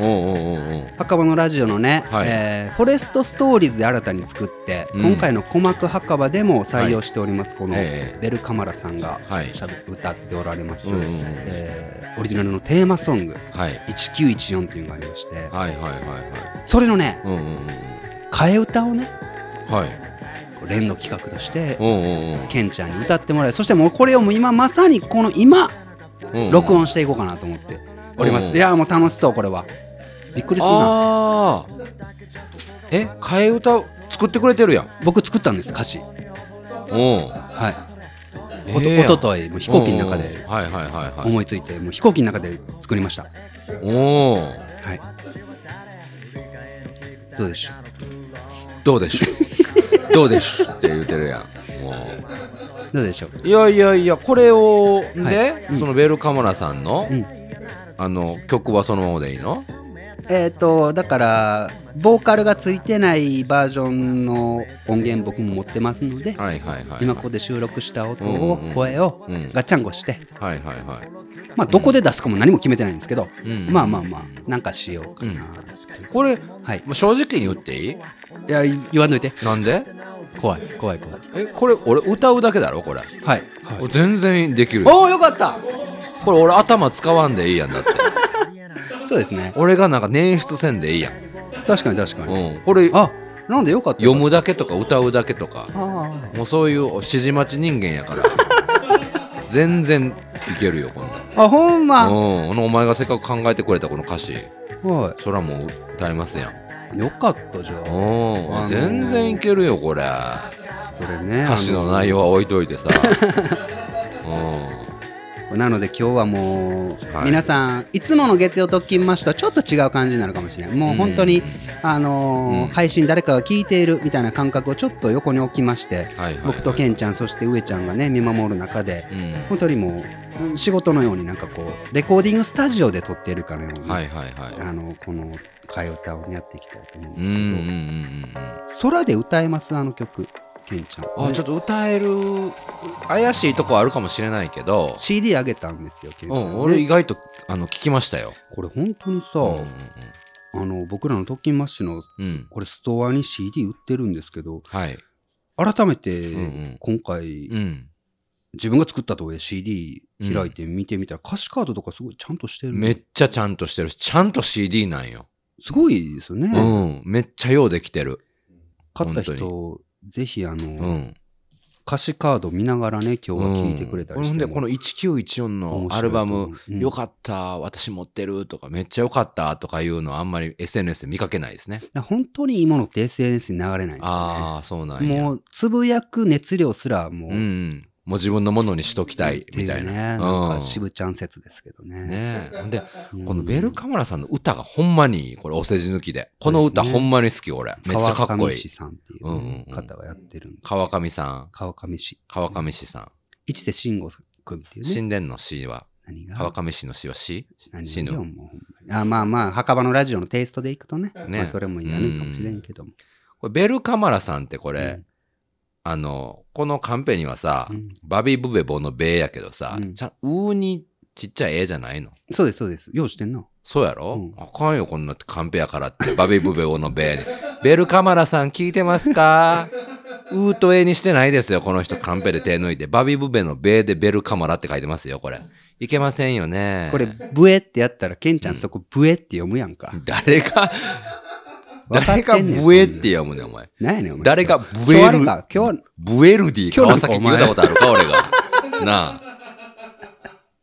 [SPEAKER 2] おうおうおうおう
[SPEAKER 1] ー、墓場のラジオのね、
[SPEAKER 2] はい
[SPEAKER 1] えーフォレストストーリーズで新たに作って、
[SPEAKER 2] うん
[SPEAKER 1] 今回の鼓膜墓場でも採用しております、この
[SPEAKER 2] ええ
[SPEAKER 1] ベルカマラさんが
[SPEAKER 2] はい
[SPEAKER 1] しゃべ歌っておられます、
[SPEAKER 2] うんうんうん
[SPEAKER 1] えーオリジナルのテーマソング
[SPEAKER 2] はい
[SPEAKER 1] 1914っていうのがありまして
[SPEAKER 2] はいはいはいはい
[SPEAKER 1] それのね
[SPEAKER 2] うんうんうん
[SPEAKER 1] 替え歌をね
[SPEAKER 2] はい
[SPEAKER 1] 連の企画として
[SPEAKER 2] おうおう
[SPEAKER 1] ケンちゃんに歌ってもらいそしてもうこれをもう今まさにこの今
[SPEAKER 2] おううん
[SPEAKER 1] 録音していこうかなと思っておりま
[SPEAKER 2] う
[SPEAKER 1] す
[SPEAKER 2] ん
[SPEAKER 1] いやーもう楽しそうこれはびっくりするな
[SPEAKER 2] ああえ替え歌作ってくれてるやん
[SPEAKER 1] 僕作ったんです歌詞
[SPEAKER 2] お
[SPEAKER 1] はいお
[SPEAKER 2] お
[SPEAKER 1] とおとといもう飛行機の中で
[SPEAKER 2] はいはいはいはい
[SPEAKER 1] 思いついてもう飛行機の中で作りました
[SPEAKER 2] おおー
[SPEAKER 1] はいどうでしょ
[SPEAKER 2] どうでしょう どうでしょうって言うてるやんも
[SPEAKER 1] うどうでしょう
[SPEAKER 2] ういやいやいやこれをで、
[SPEAKER 1] はい
[SPEAKER 2] そのベルカモラさんの、
[SPEAKER 1] うん
[SPEAKER 2] あの曲はそのままでいいの
[SPEAKER 1] えっ、とだからボーカルがついてないバージョンの音源僕も持ってますので、
[SPEAKER 2] はいはいはい
[SPEAKER 1] 今ここで収録した音
[SPEAKER 2] うん
[SPEAKER 1] を、
[SPEAKER 2] うんうん
[SPEAKER 1] 声を
[SPEAKER 2] うん
[SPEAKER 1] ガッチャンコして、
[SPEAKER 2] はいはいはい
[SPEAKER 1] まあどこで出すかも何も決めてないんですけど、
[SPEAKER 2] うん
[SPEAKER 1] まあまあまあなんかしようかな、
[SPEAKER 2] これ
[SPEAKER 1] はい
[SPEAKER 2] もう正直に言っていい
[SPEAKER 1] いやい言わんといて
[SPEAKER 2] なんで
[SPEAKER 1] 怖い怖い怖い
[SPEAKER 2] えこれ俺歌うだけだろこれ、
[SPEAKER 1] はい、
[SPEAKER 2] 全然できる
[SPEAKER 1] おおよかった
[SPEAKER 2] これ俺頭使わんでいいやんだって
[SPEAKER 1] そうですね
[SPEAKER 2] 俺がなんか捻出せんでいいやん、
[SPEAKER 1] 確かに確かに、
[SPEAKER 2] うん、これ
[SPEAKER 1] あなんでよかった
[SPEAKER 2] 読むだけとか歌うだけとか
[SPEAKER 1] あ
[SPEAKER 2] もうそういう指示待ち人間やから 全然いけるよこんなん
[SPEAKER 1] ーあほんま
[SPEAKER 2] うん、このお前がせっかく考えてくれたこの歌詞
[SPEAKER 1] は
[SPEAKER 2] そらもう歌えますやん
[SPEAKER 1] いよかったじゃ
[SPEAKER 2] う
[SPEAKER 1] あ
[SPEAKER 2] ん、
[SPEAKER 1] あのー
[SPEAKER 2] 全然いけるよこれ
[SPEAKER 1] これね
[SPEAKER 2] 歌詞の内
[SPEAKER 1] 容
[SPEAKER 2] 容は置いといてさうん
[SPEAKER 1] なので今日はもう、
[SPEAKER 2] はい
[SPEAKER 1] 皆さんいつもの月曜特勤マッシュとはちょっと違う感じになるかもしれないもう本当に、
[SPEAKER 2] うん
[SPEAKER 1] あのー
[SPEAKER 2] うん
[SPEAKER 1] 配信誰かが聞いているみたいな感覚をちょっと横に置きまして、
[SPEAKER 2] はいはいはい
[SPEAKER 1] 僕とケンちゃんそして上ちゃんがね見守る中で、
[SPEAKER 2] うん
[SPEAKER 1] 本当にもううん仕事のようになんかこうレコーディングスタジオで撮っているかのように、
[SPEAKER 2] はいはいはい
[SPEAKER 1] あのこの替え歌をやっていきたいと思うん
[SPEAKER 2] う
[SPEAKER 1] で
[SPEAKER 2] ん
[SPEAKER 1] す
[SPEAKER 2] うん
[SPEAKER 1] けど、
[SPEAKER 2] うんうんうん
[SPEAKER 1] 空で歌えますあの曲ケンちゃん
[SPEAKER 2] あちょっと歌える怪しいとこあるかもしれないけど、
[SPEAKER 1] CD あげたんですよケンち
[SPEAKER 2] う
[SPEAKER 1] ゃん、ね
[SPEAKER 2] ん、俺意外とあの聞きましたよ。
[SPEAKER 1] これ本当にさ、
[SPEAKER 2] うんうん
[SPEAKER 1] あの僕らの特勤マッシュの
[SPEAKER 2] うんうん
[SPEAKER 1] これストアに CD 売ってるんですけど
[SPEAKER 2] はい。
[SPEAKER 1] 改め
[SPEAKER 2] うんう
[SPEAKER 1] て
[SPEAKER 2] ん
[SPEAKER 1] 今回、
[SPEAKER 2] うん。
[SPEAKER 1] 自分が作ったとはいえ CD 開いて見てみたら、歌詞カードとかすごいちゃんとしてる
[SPEAKER 2] めっちゃちゃんとしてるし、ちゃんと CD なんよ。
[SPEAKER 1] すごいですよね、
[SPEAKER 2] うん。めっちゃようできてる。
[SPEAKER 1] 買った
[SPEAKER 2] 本
[SPEAKER 1] 人ぜひあの、
[SPEAKER 2] うん。
[SPEAKER 1] 歌詞カード見ながらね今日は
[SPEAKER 2] うん
[SPEAKER 1] 聞いてくれたりして
[SPEAKER 2] ほん
[SPEAKER 1] も、
[SPEAKER 2] で、この1914の
[SPEAKER 1] 面白
[SPEAKER 2] ア
[SPEAKER 1] いと
[SPEAKER 2] ルバ
[SPEAKER 1] 思う
[SPEAKER 2] ム、
[SPEAKER 1] うん
[SPEAKER 2] よかった、私持ってるとか、めっちゃよかったとかいうのはあんまり SNS で見かけないですね。
[SPEAKER 1] いや本当にいいものって SNS に流れないんですよ
[SPEAKER 2] ああ、そうなん
[SPEAKER 1] ね
[SPEAKER 2] や。
[SPEAKER 1] もうつぶやく熱量すらもう、
[SPEAKER 2] うんうん。もう自分のものにしときたい、みた
[SPEAKER 1] っ
[SPEAKER 2] い
[SPEAKER 1] てうね
[SPEAKER 2] な。うん
[SPEAKER 1] なんか渋ちゃん説ですけどね
[SPEAKER 2] ねえ。ほんで、
[SPEAKER 1] うん
[SPEAKER 2] このベルカムラさんの歌がほんまにいいこれ、お世辞抜きで。この
[SPEAKER 1] そう
[SPEAKER 2] 歌
[SPEAKER 1] です
[SPEAKER 2] ほ
[SPEAKER 1] ね
[SPEAKER 2] んまに好き、俺。めっちゃかっこ
[SPEAKER 1] 川
[SPEAKER 2] い
[SPEAKER 1] 上
[SPEAKER 2] い。
[SPEAKER 1] 氏さんっていう
[SPEAKER 2] うん
[SPEAKER 1] ね
[SPEAKER 2] うんうん
[SPEAKER 1] 方がやってるんです
[SPEAKER 2] 川上さん、
[SPEAKER 1] 川上氏
[SPEAKER 2] 川上氏さ
[SPEAKER 1] 一瀬慎吾君ってい
[SPEAKER 2] ん。
[SPEAKER 1] うね
[SPEAKER 2] 神殿の氏は、
[SPEAKER 1] 何が
[SPEAKER 2] 川上氏の氏は氏
[SPEAKER 1] 何
[SPEAKER 2] 死
[SPEAKER 1] よ
[SPEAKER 2] ぬ。
[SPEAKER 1] もうほんまにあまあまあ墓場のラジオのテイストでいくとね
[SPEAKER 2] ね
[SPEAKER 1] まあ、それもやるかもしれんけども
[SPEAKER 2] これベルカマラさんってこれ、
[SPEAKER 1] うん
[SPEAKER 2] あの、このカンペにはさ、
[SPEAKER 1] うん
[SPEAKER 2] バビブベボのベーやけどさ、
[SPEAKER 1] うん
[SPEAKER 2] ちゃん、うーにちっちゃいえじゃないの
[SPEAKER 1] そうですそうですようしてんな
[SPEAKER 2] そうやろ、
[SPEAKER 1] う
[SPEAKER 2] あかんよ、こんなカンペやからって、バビブベボのベーに。 ベルカマラさん聞いてますかうーとえにしてないですよ、この人カンペで手抜いて。バビブベのベーでベルカマラって書いてますよ、これ。いけませんよね。
[SPEAKER 1] これ、ブエってやったらケンちゃんそこブエって読むやんか
[SPEAKER 2] 誰 が、
[SPEAKER 1] 分かっ
[SPEAKER 2] 誰が
[SPEAKER 1] てんねん
[SPEAKER 2] ブエって読むねん、お前。
[SPEAKER 1] 何やねんお前
[SPEAKER 2] 誰がブ
[SPEAKER 1] 今日
[SPEAKER 2] エ
[SPEAKER 1] あれ
[SPEAKER 2] ル
[SPEAKER 1] か今日
[SPEAKER 2] ブエルディ川崎って
[SPEAKER 1] 今日
[SPEAKER 2] 言っ
[SPEAKER 1] な
[SPEAKER 2] た
[SPEAKER 1] ん
[SPEAKER 2] ことあるか、俺 が。なあ。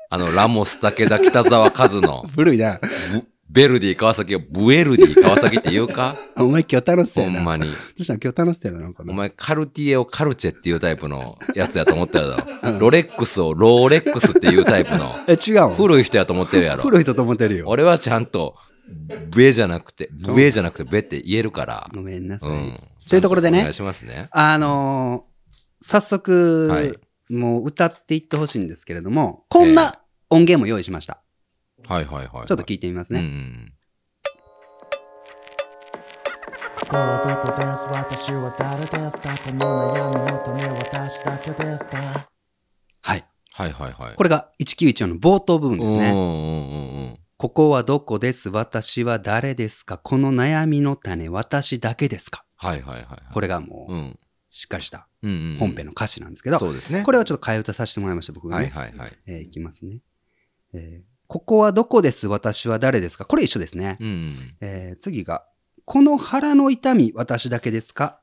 [SPEAKER 2] あの、ラモス、武田、北沢、和の、
[SPEAKER 1] 古いな
[SPEAKER 2] ブベルディ川崎をブエルディ川崎って言うか
[SPEAKER 1] お前今日楽し そうや
[SPEAKER 2] ほん
[SPEAKER 1] な
[SPEAKER 2] まに。
[SPEAKER 1] どうしたの今日楽しそうやななんか
[SPEAKER 2] お
[SPEAKER 1] な
[SPEAKER 2] 前、カルティエをカルチェっていうタイプのやつやと思ってるだろ。ロレックスをローレックスっていうタイプの、
[SPEAKER 1] え違うの
[SPEAKER 2] 古い人やと思ってるやろ。
[SPEAKER 1] 古い人と思ってるよ
[SPEAKER 2] 俺はちゃんと、ブエじゃなくて、ブエじゃなくて、ベって言えるから。
[SPEAKER 1] ごめんなさ
[SPEAKER 2] う
[SPEAKER 1] い、
[SPEAKER 2] ん。
[SPEAKER 1] というところでね
[SPEAKER 2] お願いしますね。
[SPEAKER 1] あのー早速、
[SPEAKER 2] はい
[SPEAKER 1] もう歌っていってほしいんですけれども、こんな音源も用意しました。
[SPEAKER 2] はいはいはい。
[SPEAKER 1] ちょっと聞いてみます
[SPEAKER 2] うんう
[SPEAKER 1] ね。
[SPEAKER 2] ん。
[SPEAKER 3] ここはどこです私は誰ですかこの悩みの種私だけですか
[SPEAKER 1] はい。
[SPEAKER 2] はいはいはい。
[SPEAKER 1] これが191の冒頭部分です
[SPEAKER 2] うん
[SPEAKER 1] ね。
[SPEAKER 2] うんうんうん。
[SPEAKER 1] ここはどこです私は誰ですかこの悩みの種私だけですか
[SPEAKER 2] はいはいはいはい。
[SPEAKER 1] これがも
[SPEAKER 2] う
[SPEAKER 1] う、
[SPEAKER 2] ん。
[SPEAKER 1] しっかりした
[SPEAKER 2] うんうんうん
[SPEAKER 1] 本編の歌詞なんですけど、
[SPEAKER 2] そうですね。
[SPEAKER 1] これをちょっと替え歌させてもらいました、僕が
[SPEAKER 2] はい
[SPEAKER 1] ね。
[SPEAKER 2] はいはい。
[SPEAKER 1] えーいきますね、えーここはどこです私は誰ですかこれ一緒ですね。
[SPEAKER 2] うんうん。
[SPEAKER 1] えー次が、この腹の痛み、私だけですか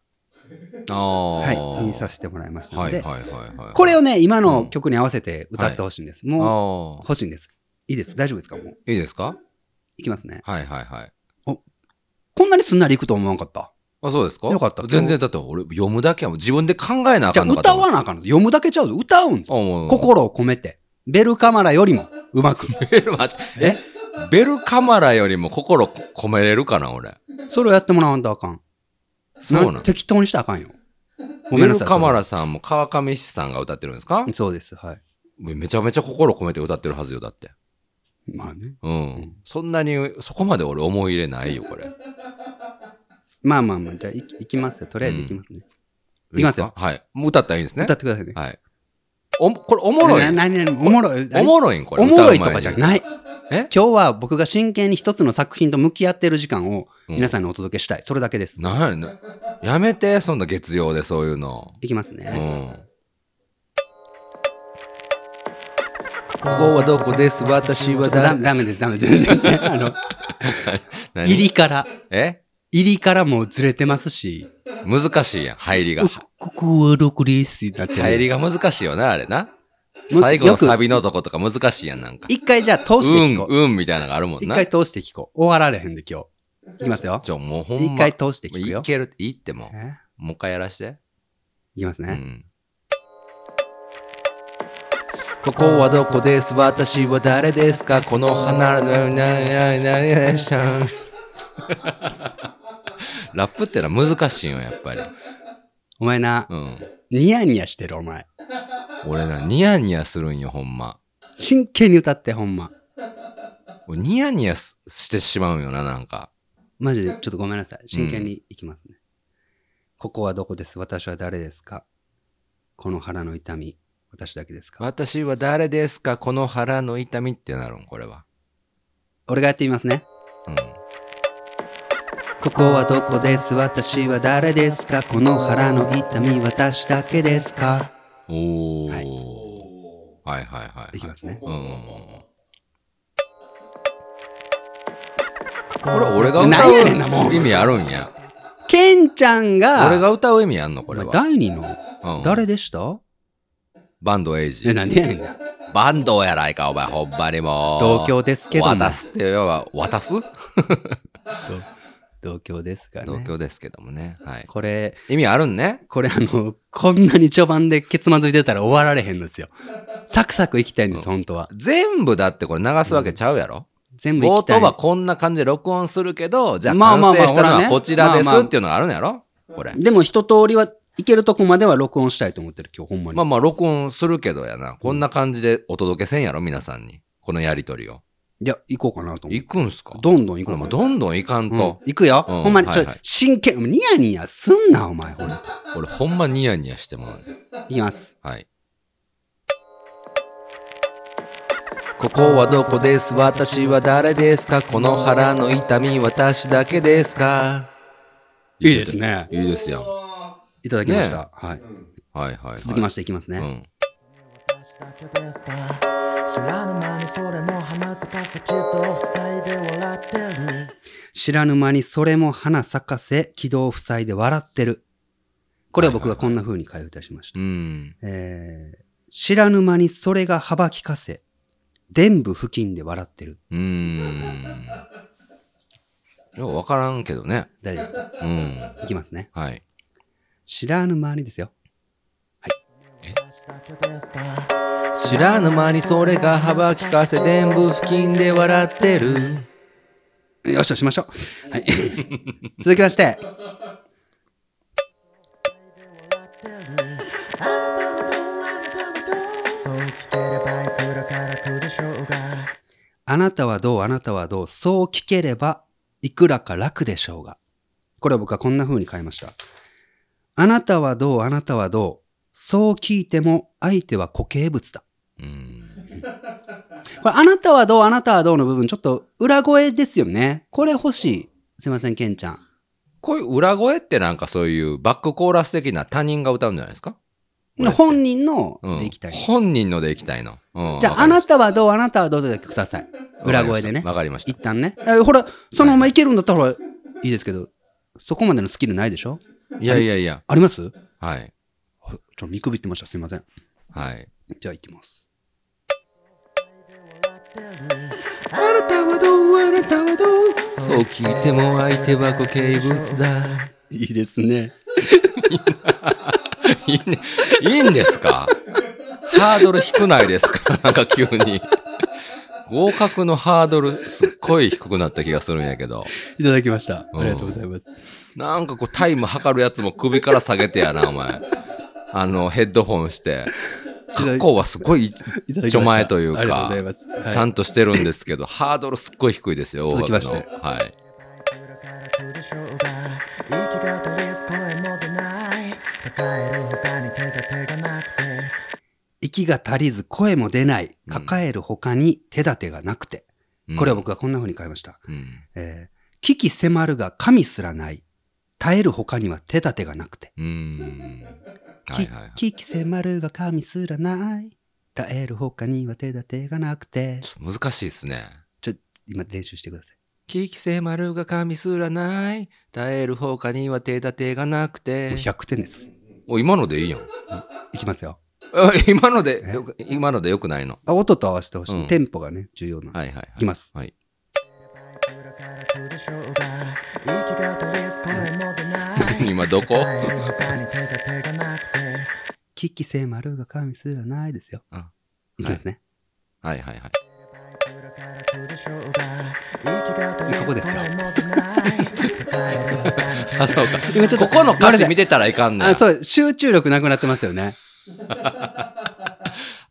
[SPEAKER 2] ああ。
[SPEAKER 1] はい、にさせてもらいました
[SPEAKER 2] は
[SPEAKER 1] の
[SPEAKER 2] いは
[SPEAKER 1] で、
[SPEAKER 2] いはいはい。
[SPEAKER 1] これをね、今の曲に合わせて歌ってほしいんです。もう、
[SPEAKER 2] ああ。
[SPEAKER 1] 欲しいんです。いいです。大丈夫ですかもう。
[SPEAKER 2] いいですか
[SPEAKER 1] いきますね。
[SPEAKER 2] はいはいはい。
[SPEAKER 1] こんなにすんなりいくと思わなかった。
[SPEAKER 2] あ、そうですか
[SPEAKER 1] よかった
[SPEAKER 2] 全然、だって俺読むだけやもん。自分で考えなあ
[SPEAKER 1] じ
[SPEAKER 2] か
[SPEAKER 1] ゃあ
[SPEAKER 2] んのかと
[SPEAKER 1] 歌
[SPEAKER 2] 思う
[SPEAKER 1] わなあかんの。読むだけちゃうぞ。歌うんぞ。
[SPEAKER 2] あもう
[SPEAKER 1] 心を込めて。ベルカマラよりも、う まく。
[SPEAKER 2] ベル、待って
[SPEAKER 1] え
[SPEAKER 2] ベルカマラよりも心込めれるかな、俺。
[SPEAKER 1] それをやってもらわんとあかん。
[SPEAKER 2] そうなの
[SPEAKER 1] ん適当にしたらあかんよ。ごめ
[SPEAKER 2] ベ
[SPEAKER 1] んな
[SPEAKER 2] ル
[SPEAKER 1] さい。
[SPEAKER 2] カマラさんも川上氏さんが歌ってるんですか
[SPEAKER 1] それはそうです。はい。
[SPEAKER 2] めちゃめちゃ心込めて歌ってるはずよ、だって。
[SPEAKER 1] まあね。
[SPEAKER 2] うん。そんなに、そこまで俺思い入れないよ、これ。
[SPEAKER 1] まあまあまあ、じゃあい、いきますよ。とりあえずいきますね。いきますよ
[SPEAKER 2] いいですかはい。もう歌ったらいいんですね。
[SPEAKER 1] 歌ってくださいね。
[SPEAKER 2] はい。おも、これおもろい
[SPEAKER 1] な。何々おもろい。
[SPEAKER 2] おもろいんこれ。
[SPEAKER 1] おもろいとかじゃ
[SPEAKER 2] い。
[SPEAKER 1] ない。
[SPEAKER 2] え
[SPEAKER 1] 今日は僕が真剣に一つの作品と向き合ってる時間を皆さんにお届けしたい。それだけです。
[SPEAKER 2] なんやねんやめて、そんな月曜でそういうの。
[SPEAKER 1] いきます
[SPEAKER 2] うん
[SPEAKER 1] ね。。
[SPEAKER 2] こ
[SPEAKER 3] ここ
[SPEAKER 2] こはどこです私は
[SPEAKER 1] だ
[SPEAKER 2] だ、
[SPEAKER 1] ダメです、ダメです。 あの、
[SPEAKER 2] 何
[SPEAKER 1] 入りから、
[SPEAKER 2] え
[SPEAKER 1] 入りからもうずれてますし、
[SPEAKER 2] 難しいやん、入りが。
[SPEAKER 1] ここはどこですだって
[SPEAKER 2] 入
[SPEAKER 1] ね。
[SPEAKER 2] りが難しいよな、あれな。
[SPEAKER 1] む
[SPEAKER 2] 最後の
[SPEAKER 1] よく
[SPEAKER 2] サビのとことか難しいやん、なんか。
[SPEAKER 1] 一回じゃあ通して聞こ
[SPEAKER 2] う
[SPEAKER 1] う。
[SPEAKER 2] ん、うんみたいなのがあるもん
[SPEAKER 1] 一
[SPEAKER 2] な。
[SPEAKER 1] 回通して聞こう。終わられへんで今日。いきますよ。
[SPEAKER 2] ちょ、もうほん
[SPEAKER 1] 一
[SPEAKER 2] ま。
[SPEAKER 1] 回通して聞く
[SPEAKER 2] い
[SPEAKER 1] よ。
[SPEAKER 2] ける、いいってもう。
[SPEAKER 1] え
[SPEAKER 2] もう一回やらして。
[SPEAKER 1] いきます
[SPEAKER 2] う
[SPEAKER 1] ね。
[SPEAKER 2] ん。ここはどこです私は誰ですかこの花なななななしゃん ラップってのは難しいよやっぱり
[SPEAKER 1] お前な、
[SPEAKER 2] うん
[SPEAKER 1] ニヤニヤしてるお前。
[SPEAKER 2] 俺なニヤニヤするんよほんま
[SPEAKER 1] 真剣に歌ってほんま。
[SPEAKER 2] 俺ニヤニヤすしてしまうんよななんか
[SPEAKER 1] マジでちょっとごめんなさい。真剣にいきますね。ここはどこです私は誰ですかこの腹の痛み、私だけですか
[SPEAKER 2] 私は誰ですかこの腹の痛みってなるんこれは
[SPEAKER 1] 俺がやってみますね。
[SPEAKER 2] うん
[SPEAKER 1] ここはどこです私は誰ですかこの腹の痛み、私だけですか
[SPEAKER 2] おお、
[SPEAKER 1] は
[SPEAKER 2] はいい、はいはいはい
[SPEAKER 1] いきますね。
[SPEAKER 2] うんうんうんこれ俺が歌
[SPEAKER 1] なんやねんなもう
[SPEAKER 2] う意味あるんや
[SPEAKER 1] ケンちゃんが、
[SPEAKER 2] 俺が歌う意味あんのこ
[SPEAKER 1] お
[SPEAKER 2] れ
[SPEAKER 1] 前
[SPEAKER 2] は、
[SPEAKER 1] 第二の
[SPEAKER 2] うん
[SPEAKER 1] 誰でした
[SPEAKER 2] バンドエイ
[SPEAKER 1] え、
[SPEAKER 2] ジ
[SPEAKER 1] なんでやねんな。
[SPEAKER 2] バンドやないかお前ほんまにもう
[SPEAKER 1] 同郷ですけども
[SPEAKER 2] 渡すって要は渡す
[SPEAKER 1] 同郷ですか
[SPEAKER 2] 同
[SPEAKER 1] ね。
[SPEAKER 2] 郷ですけどもねはい
[SPEAKER 1] これ、
[SPEAKER 2] 意味あるんね
[SPEAKER 1] これあの、こんなに序盤でケツまずいてたら終わられへんのですよ。サクサクいきたいんです、本当は。
[SPEAKER 2] 全部だってこれ流すわけちゃうやろ、
[SPEAKER 1] 全部い
[SPEAKER 2] 冒
[SPEAKER 1] きたい。
[SPEAKER 2] 頭はこんな感じで録音するけどじゃあ
[SPEAKER 1] まあ
[SPEAKER 2] 完
[SPEAKER 1] まあまあ
[SPEAKER 2] 成したの
[SPEAKER 1] 俺は
[SPEAKER 2] は
[SPEAKER 1] ね
[SPEAKER 2] こちらです
[SPEAKER 1] まあまあ
[SPEAKER 2] っていうのがあるんやろこれ
[SPEAKER 1] でも一通りはいけるとこまでは録音したいと思ってる、今日ほんまに。
[SPEAKER 2] まあまあ録音するけどやなこんな感じでお届けせんやろ皆さんにこのやりとりを
[SPEAKER 1] いや、行こうかなと思って。
[SPEAKER 2] 行くんすか
[SPEAKER 1] どんどん行こう
[SPEAKER 2] まあ
[SPEAKER 1] か
[SPEAKER 2] どんどんいかん
[SPEAKER 1] な。うん
[SPEAKER 2] と、
[SPEAKER 1] 行くよ。
[SPEAKER 2] うん
[SPEAKER 1] ほんまに、ちょ、
[SPEAKER 2] はいはい
[SPEAKER 1] 真剣、ニヤニヤすんな、お前。ほら。
[SPEAKER 2] 俺ほんまニヤニヤしてもらうね
[SPEAKER 1] いきます。
[SPEAKER 2] はいここはどこです私は誰ですかこの腹の痛み私だけですか
[SPEAKER 1] いいですね
[SPEAKER 2] いいですよ
[SPEAKER 1] いただきまし
[SPEAKER 2] ね
[SPEAKER 1] た。はい。
[SPEAKER 2] はいはい、はい、
[SPEAKER 1] 続きましていきます
[SPEAKER 2] う
[SPEAKER 1] ね。
[SPEAKER 2] ん
[SPEAKER 3] 私だけですか知らぬ間にそれも花咲かせきっと塞いで笑ってる
[SPEAKER 1] 知らぬ間にそれも花咲かせ、軌道を塞いで笑ってる。これは僕がこんな風に替え歌しました
[SPEAKER 2] う。ん
[SPEAKER 1] えー知らぬ間にそれが幅利かせ、伝部付近で笑ってる。
[SPEAKER 2] うーんよくわからんけどね
[SPEAKER 1] 大丈夫です
[SPEAKER 2] うん
[SPEAKER 1] かいきますね。
[SPEAKER 2] はい
[SPEAKER 1] 知らぬ間にですよ。
[SPEAKER 3] 私だけですか
[SPEAKER 2] 知らぬ間にそれが幅利かせ伝部付近で笑ってる
[SPEAKER 1] よしとしましょう。はい。 続きまして、
[SPEAKER 3] そう聞ければいくらからくでしょうが
[SPEAKER 1] あなたはどう、あなたはどう、そう聞ければ、いくらか楽でしょうが。これは僕はこんな風に変えました。あなたはどう、あなたはどう、そう聞いても相手は固形物だ。
[SPEAKER 2] うん
[SPEAKER 1] これ、あなたはどう、あなたはどうの部分、ちょっと裏声ですよね。これ欲しい。すいません、ケンちゃん。
[SPEAKER 2] こういう裏声ってなんかそういうバックコーラス的な他人が歌うんじゃないですか、
[SPEAKER 1] 本人の
[SPEAKER 2] うん、
[SPEAKER 1] でいきたい。
[SPEAKER 2] 本人のでいきたいの、うん、
[SPEAKER 1] じゃ
[SPEAKER 2] わ
[SPEAKER 1] あ、
[SPEAKER 2] か
[SPEAKER 1] あ
[SPEAKER 2] りま
[SPEAKER 1] な
[SPEAKER 2] した
[SPEAKER 1] はどう、あなたはどうだけください。裏声でね。
[SPEAKER 2] わかりました
[SPEAKER 1] 一旦ね。えほら、そのままいけるんだったら、ほらいいですけど、そこまでのスキルないでしょ
[SPEAKER 2] たいやいやいや
[SPEAKER 1] ありますち
[SPEAKER 2] はい
[SPEAKER 1] ょ、見くびってました。すいません。
[SPEAKER 2] はい
[SPEAKER 1] じゃあ、いきます。
[SPEAKER 2] あなたはどうあなたはどうそう聞いても相手は固形物だ
[SPEAKER 1] いいですね。
[SPEAKER 2] いいねいいんですかハードル低ないですか なんか急に合格のハードルすっごい低くなった気がするんやけど
[SPEAKER 1] いただきました。
[SPEAKER 2] ん
[SPEAKER 1] ありがとうございます。
[SPEAKER 2] なんかこうタイム測るやつも首から下げてやな、お前。あの、ヘッドホンして。格好はすごい
[SPEAKER 1] いただきました
[SPEAKER 2] 一丁前という
[SPEAKER 1] ありがとう
[SPEAKER 2] か
[SPEAKER 1] ございますはい、
[SPEAKER 2] ちゃんとしてるんですけど、ハードルすっごい低いですよ、
[SPEAKER 1] 続きまして
[SPEAKER 2] 大学のはい。
[SPEAKER 3] 裏から来る衝が息が取りず声も出ない抱える他に手が手がなくて
[SPEAKER 1] 息が足りず、声も出ない、抱える他に手立てがなくて。
[SPEAKER 2] うん
[SPEAKER 1] これは僕はこんな風に変えました。
[SPEAKER 2] うん。
[SPEAKER 1] えー、危機迫るが神すらない。耐える他には手立てがなくて。
[SPEAKER 2] うん。はい
[SPEAKER 1] き
[SPEAKER 2] はいはい。
[SPEAKER 1] 危機迫るが神すらない。耐える他には手立てがなくて。
[SPEAKER 2] ちょっと難しいですね。
[SPEAKER 1] ちょ、今練習してください。
[SPEAKER 2] 危機迫るが神すらない。耐える他には手立てがなくて
[SPEAKER 1] もう100点です。
[SPEAKER 2] お、今のでいいやん。
[SPEAKER 1] いきますよ。
[SPEAKER 2] え今ので、よく今のでよくないの。
[SPEAKER 1] あ音と合わせてほしい。
[SPEAKER 2] うん
[SPEAKER 1] テンポがね、重要な。
[SPEAKER 2] はいはいはい。
[SPEAKER 1] いきます
[SPEAKER 2] はい。
[SPEAKER 3] 裏から来る衝が息が取りず声も出ない
[SPEAKER 2] 今どこ
[SPEAKER 3] 抱える他に手が手がなくて
[SPEAKER 1] 危機迫るが神すらないですよ。
[SPEAKER 2] あ
[SPEAKER 1] いくんですね。
[SPEAKER 2] はいはいはい。
[SPEAKER 1] ここですよ
[SPEAKER 2] あ、そうか。
[SPEAKER 1] 今ちょっと
[SPEAKER 2] ここの歌詞見てたらいかんね
[SPEAKER 1] あ、そう、集中力なくなってますよね。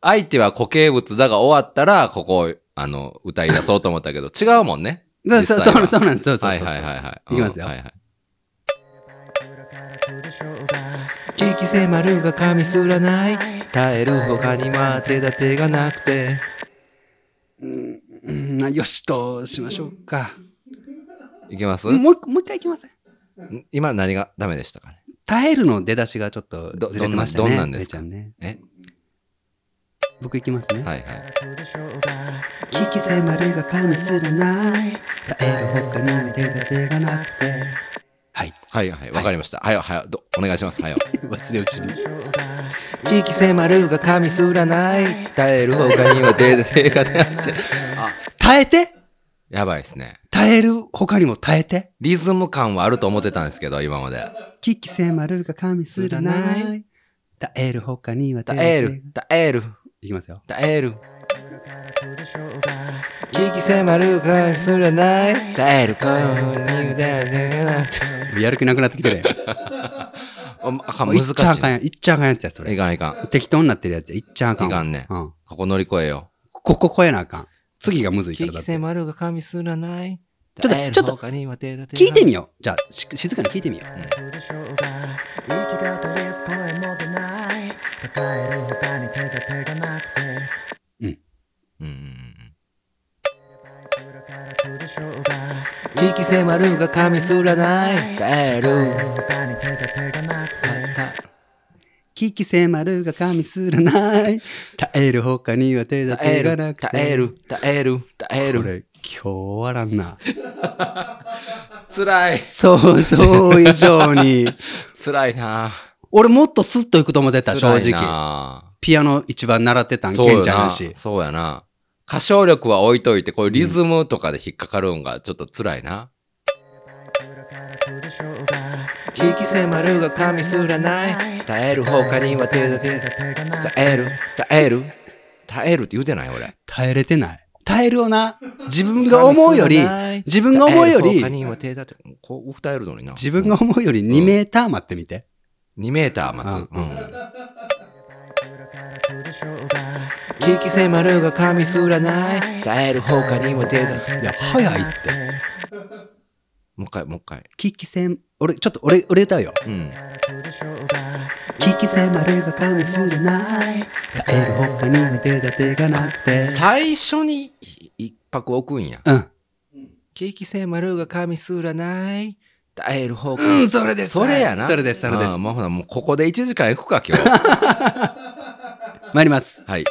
[SPEAKER 2] 相手は固形物だが終わったら、ここを、あの、歌い出そうと思ったけど、違うもんね。
[SPEAKER 1] そうそう
[SPEAKER 2] 実際は
[SPEAKER 1] そうなんですそうそうそう
[SPEAKER 2] はいはいはいはい。
[SPEAKER 1] いきますよ
[SPEAKER 2] うんはいはい。
[SPEAKER 3] 聞き迫るが髪すらない耐える他には手立てがなくて
[SPEAKER 1] うん、まあよしとしましょうか。
[SPEAKER 2] いきます
[SPEAKER 1] もう一、もう一回いきません。
[SPEAKER 2] ん今何がダメでしたかね
[SPEAKER 1] 耐えるの出だしがちょっと
[SPEAKER 2] ど
[SPEAKER 1] ずれてましたね。
[SPEAKER 2] どんなどんなんですか
[SPEAKER 1] れいちゃんね。
[SPEAKER 2] え
[SPEAKER 1] 僕いきますね。
[SPEAKER 2] はいはい。
[SPEAKER 1] 聞き迫るが神すらない。耐える他には手立てがなくて。はい。
[SPEAKER 2] はいはい。わかりました。はいはい。どお願いします。はいよ。
[SPEAKER 1] 忘れうちに。
[SPEAKER 2] 聞き迫るが神すらない。耐える他には出る手が出って。あ、
[SPEAKER 1] 耐えて
[SPEAKER 2] やばいですね。
[SPEAKER 1] 耐える他にも耐えて。
[SPEAKER 2] リズム感はあると思ってたんですけど、今まで。
[SPEAKER 1] 聞き迫るが神すらない。耐える他には手立
[SPEAKER 2] 耐え
[SPEAKER 1] てが
[SPEAKER 2] る、耐える、
[SPEAKER 1] いきますよ。
[SPEAKER 2] 耐える。聞き迫るが神すらない。耐えるかに出るなって。
[SPEAKER 1] やる気なくなってきてるや
[SPEAKER 2] あまあかん、
[SPEAKER 1] ん。いっ
[SPEAKER 2] 難しい。
[SPEAKER 1] ちゃあかんやん。いっちゃあかんやつや、そ
[SPEAKER 2] い
[SPEAKER 1] れ。
[SPEAKER 2] かんいかん。
[SPEAKER 1] 適当になってるやつや。いっちゃあかんわ。
[SPEAKER 2] いかんね
[SPEAKER 1] うん。
[SPEAKER 2] ここ乗り越えよ
[SPEAKER 1] ここ超えなあかん。次がむず
[SPEAKER 2] う。
[SPEAKER 1] いからだって。
[SPEAKER 2] 迫るが神すらない。
[SPEAKER 1] ちょっと
[SPEAKER 2] 耐える
[SPEAKER 1] ちょっと
[SPEAKER 2] 他には手立てが
[SPEAKER 1] 聞いてみよう。じゃあ、し静かに聞いてみよう。
[SPEAKER 2] うんうんうん。
[SPEAKER 3] 聞き迫るが髪すらない
[SPEAKER 2] 耐える。
[SPEAKER 1] 聞き迫るが神すらない。 耐える他には手立
[SPEAKER 2] 耐
[SPEAKER 1] て
[SPEAKER 2] え
[SPEAKER 1] が
[SPEAKER 2] る、
[SPEAKER 1] なくて。
[SPEAKER 2] 耐える、耐える、耐え
[SPEAKER 1] こ
[SPEAKER 2] る。
[SPEAKER 1] れ、今日終わらんな。
[SPEAKER 2] 辛い。
[SPEAKER 1] 想像以上 に。
[SPEAKER 2] 辛いな
[SPEAKER 1] 俺もっとスッといくと思ってた、正
[SPEAKER 2] 辛い
[SPEAKER 1] 直。
[SPEAKER 2] な
[SPEAKER 1] ピアノ一番習ってたん、
[SPEAKER 2] そう
[SPEAKER 1] ケン
[SPEAKER 2] よ
[SPEAKER 1] ちゃんや
[SPEAKER 2] な。
[SPEAKER 1] し。
[SPEAKER 2] そうやな。歌唱力は置いといて、こういうリズムとかで引っかかるんがちょっと辛いな。聞き迫るが神すらない。耐える他には手だけ。耐える、耐える、耐えるって言うてない俺。
[SPEAKER 1] 耐えれてない。耐えるよな。自分が思うより、自分が思うよ
[SPEAKER 2] 耐える
[SPEAKER 1] り
[SPEAKER 2] 他、には手だけ。こう、歌えるのにな。
[SPEAKER 1] 自分が思うより2メーター待ってみて。
[SPEAKER 2] 2メーター待つ。
[SPEAKER 1] う
[SPEAKER 2] うん。
[SPEAKER 3] 聞き迫るが髪すらない耐える他には手だ
[SPEAKER 1] いや、早いって。
[SPEAKER 2] もう一回、もう一回。
[SPEAKER 1] 聞きせん、俺、ちょっと俺、俺歌うよ。
[SPEAKER 2] うん。
[SPEAKER 1] 聞き迫るが神すらない。耐える他には手立てがなくて。
[SPEAKER 2] 最初に一泊置くんや。
[SPEAKER 1] うん。
[SPEAKER 2] 景気性丸が神すらない。耐える方向。
[SPEAKER 1] うん、それです。
[SPEAKER 2] それやな。
[SPEAKER 1] それです、それで
[SPEAKER 2] あ
[SPEAKER 1] す
[SPEAKER 2] ー。まあ、ほな、もうここで1時間行くか、今日。
[SPEAKER 1] 参ります。
[SPEAKER 2] はい。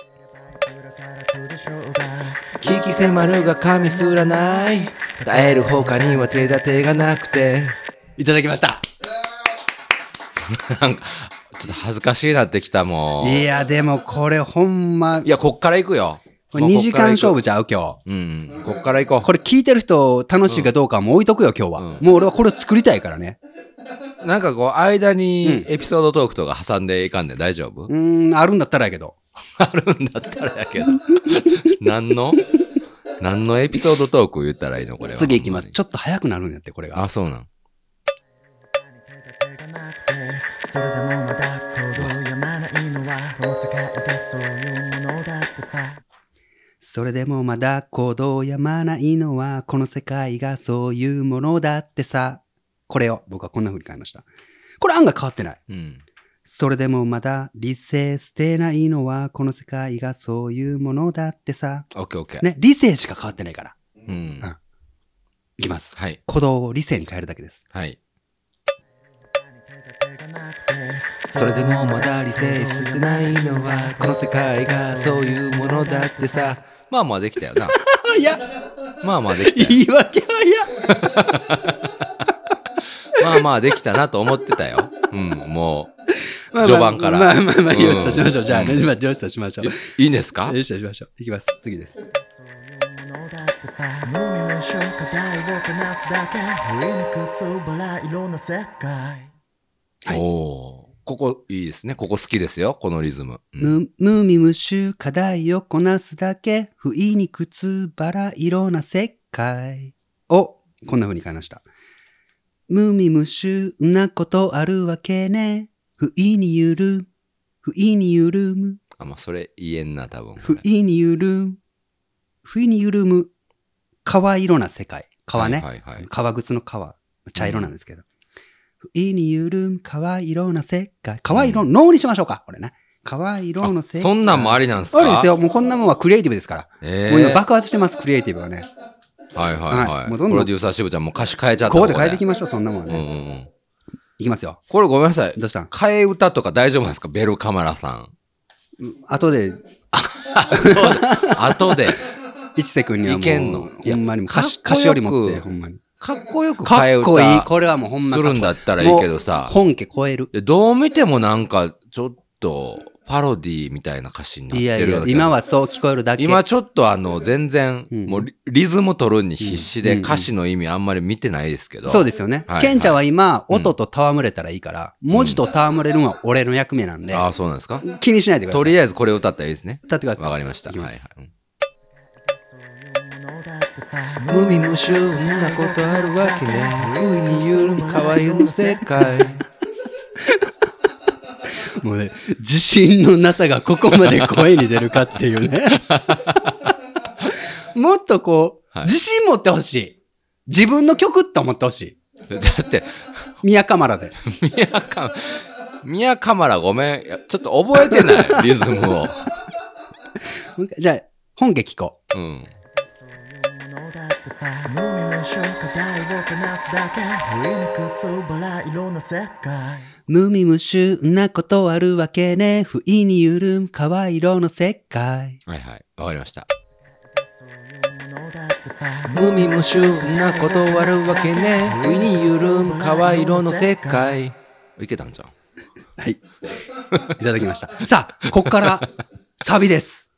[SPEAKER 3] 聞き迫るが髪すらない耐える他には手立てがなくて
[SPEAKER 1] いただきました。
[SPEAKER 2] なんか、ちょっと恥ずかしいなってきた、もう。
[SPEAKER 1] いや、でもこれほんま
[SPEAKER 2] い、や、こっから行くよ。
[SPEAKER 1] これ2時間勝
[SPEAKER 2] 負。
[SPEAKER 1] 負ちゃう今日。
[SPEAKER 2] うん。こっから行こ
[SPEAKER 1] これ聞いてる人楽しいかどうかはもう置いとくよ今日は。もう俺はこれを作りたいからね。
[SPEAKER 2] う。なんかこう、間にエピソードトークとか挟んでいかんで大丈夫、
[SPEAKER 1] うーん、あるんだったらやけど。
[SPEAKER 2] あるんだったらやけど。何の何のエピソードトーク言ったらいいのこれは。
[SPEAKER 1] 次行きます。。ちょっと早くなるんやって、これが。
[SPEAKER 2] あ、そうなん。
[SPEAKER 3] それでもまだ行動やまないのはこの世界がそういうも
[SPEAKER 1] それでもまだ行動をやまないの
[SPEAKER 3] のだってさ
[SPEAKER 1] は、この世界がそういうものだってさ。これを僕はこんな風に変えました。これ案外変わってない。
[SPEAKER 2] うん。
[SPEAKER 1] それでもまだ理性捨てないのは、この世界がそういうものだってさ。
[SPEAKER 2] オッケーオッケー。
[SPEAKER 1] ね、理性しか変わってないから。
[SPEAKER 2] うん。
[SPEAKER 1] いきます。
[SPEAKER 2] はい。
[SPEAKER 1] 鼓動を理性に変えるだけです。
[SPEAKER 2] はい。
[SPEAKER 3] それでもまだ理性捨てないのはこの世界がそういうものだってさ
[SPEAKER 2] まあまあできたよな。
[SPEAKER 1] あ、いや、
[SPEAKER 2] まあまあできたよ。
[SPEAKER 1] 言い訳早い。
[SPEAKER 2] まあまあできたなと思ってたよ。うん、も
[SPEAKER 1] まあまあ
[SPEAKER 2] 序盤から
[SPEAKER 1] まあまあまあ、
[SPEAKER 2] うん
[SPEAKER 1] よしとしましょう。じゃあね、まあよしとしましょう。よ
[SPEAKER 2] う。いいんですか
[SPEAKER 1] しとしましょう。いきます。次です。
[SPEAKER 3] 無名の紹介をこなすだけ不意にくつぶらいろんな世界
[SPEAKER 1] はい
[SPEAKER 2] おお。ここいいですね。ここ好きですよ。このリズム。うん
[SPEAKER 1] む、無味無臭課題をこなすだけ、不意に靴ばら色な世界を、こんな風に変えました。無味無臭なことあるわけね。不意に緩む。不意に緩む。
[SPEAKER 2] あ、まあ、それ言えんな、多分。
[SPEAKER 1] 不意に緩む。不意に緩む。川色な世界。川ね。
[SPEAKER 2] はいはいはい
[SPEAKER 1] 革靴の革。茶色なんですけど。不意に緩む川色な世界。川色、脳にしましょうか。これね。川色の世界。
[SPEAKER 2] そんなんもありなんです
[SPEAKER 1] あ
[SPEAKER 2] か
[SPEAKER 1] るんですよ。。もうこんなもんはクリエイティブですから。
[SPEAKER 2] えー
[SPEAKER 1] もう今爆発してます、クリエイティブはね。
[SPEAKER 2] はいはいは
[SPEAKER 1] はい
[SPEAKER 2] い。
[SPEAKER 1] もうどんどん
[SPEAKER 2] プロデューサー渋ちゃんもう歌詞変えちゃった
[SPEAKER 1] ここで変えていき
[SPEAKER 2] ま
[SPEAKER 1] ましょう、そんなもんは
[SPEAKER 2] うんう
[SPEAKER 1] ね。
[SPEAKER 2] んうん。
[SPEAKER 1] いきますよ。
[SPEAKER 2] これごめんなさい。
[SPEAKER 1] どうしたん
[SPEAKER 2] 替え歌とか大丈夫なんですかベルカマラさ ん。
[SPEAKER 1] 後で、
[SPEAKER 2] 後で、
[SPEAKER 1] 一瀬くんにはもう、
[SPEAKER 2] いけんのいや
[SPEAKER 1] ほんまにもう歌詞、
[SPEAKER 2] か
[SPEAKER 1] 歌詞
[SPEAKER 2] っこよく
[SPEAKER 1] よりもって、ほんまに。
[SPEAKER 2] かっこよく替え
[SPEAKER 1] かっ
[SPEAKER 2] 歌。
[SPEAKER 1] こいい。これはもうほんまかこい
[SPEAKER 2] するんだったらいいけどさ
[SPEAKER 1] もう本家超える。
[SPEAKER 2] でどう見てもなんか、ちょっと、パロディみたいな歌詞になっ
[SPEAKER 1] いや
[SPEAKER 2] て
[SPEAKER 1] い
[SPEAKER 2] るよう
[SPEAKER 1] や
[SPEAKER 2] な、気が
[SPEAKER 1] 今はそう聞こえるだけ。
[SPEAKER 2] 今ちょっとあの、全然、もうリリズム取るに必死
[SPEAKER 1] うん
[SPEAKER 2] で
[SPEAKER 1] うん
[SPEAKER 2] 歌詞の意味あんまり見てないですけど。
[SPEAKER 1] そうですよね
[SPEAKER 2] は。い
[SPEAKER 1] ケンちゃんは今、音と戯れたらいいから、文字と戯れるのが俺の役目なんで、
[SPEAKER 2] ああ、そうなんですか
[SPEAKER 1] 気にしないでくださ
[SPEAKER 2] と
[SPEAKER 1] い。
[SPEAKER 2] りあえずこれを歌ったらいいですね。
[SPEAKER 1] 歌ってください
[SPEAKER 2] わかりました。
[SPEAKER 1] いき
[SPEAKER 2] はい
[SPEAKER 1] ま
[SPEAKER 2] はい
[SPEAKER 1] す。
[SPEAKER 3] そういうものだってさ
[SPEAKER 1] 無味無臭なことあるわけね。無意に緩む可愛いの世界。 もうね、自信のなさがここまで声に出るかっていう ね。もっとこう、
[SPEAKER 2] はい
[SPEAKER 1] 自信持ってほしい。自分の曲って思ってほしい。
[SPEAKER 2] だって、
[SPEAKER 1] 宮河原で。
[SPEAKER 2] 宮か、宮かまらごめんいや。ちょっと覚えてない、リズムを。
[SPEAKER 1] じゃあ、本家聞こ
[SPEAKER 2] うん。
[SPEAKER 3] そういうものだってさ無味無臭課題をこなすだけ不意に靴ばら色な世界
[SPEAKER 1] う。無味無臭なことあるわけね。不意に緩む可愛い色の世界。
[SPEAKER 2] はいはい。わかりました。
[SPEAKER 3] そういうものだってさ
[SPEAKER 2] 無味無臭なことあるわけね。上に緩む川色の世界。いけたんじゃん。
[SPEAKER 1] はい。いただきました。さあ、ここから、サビです。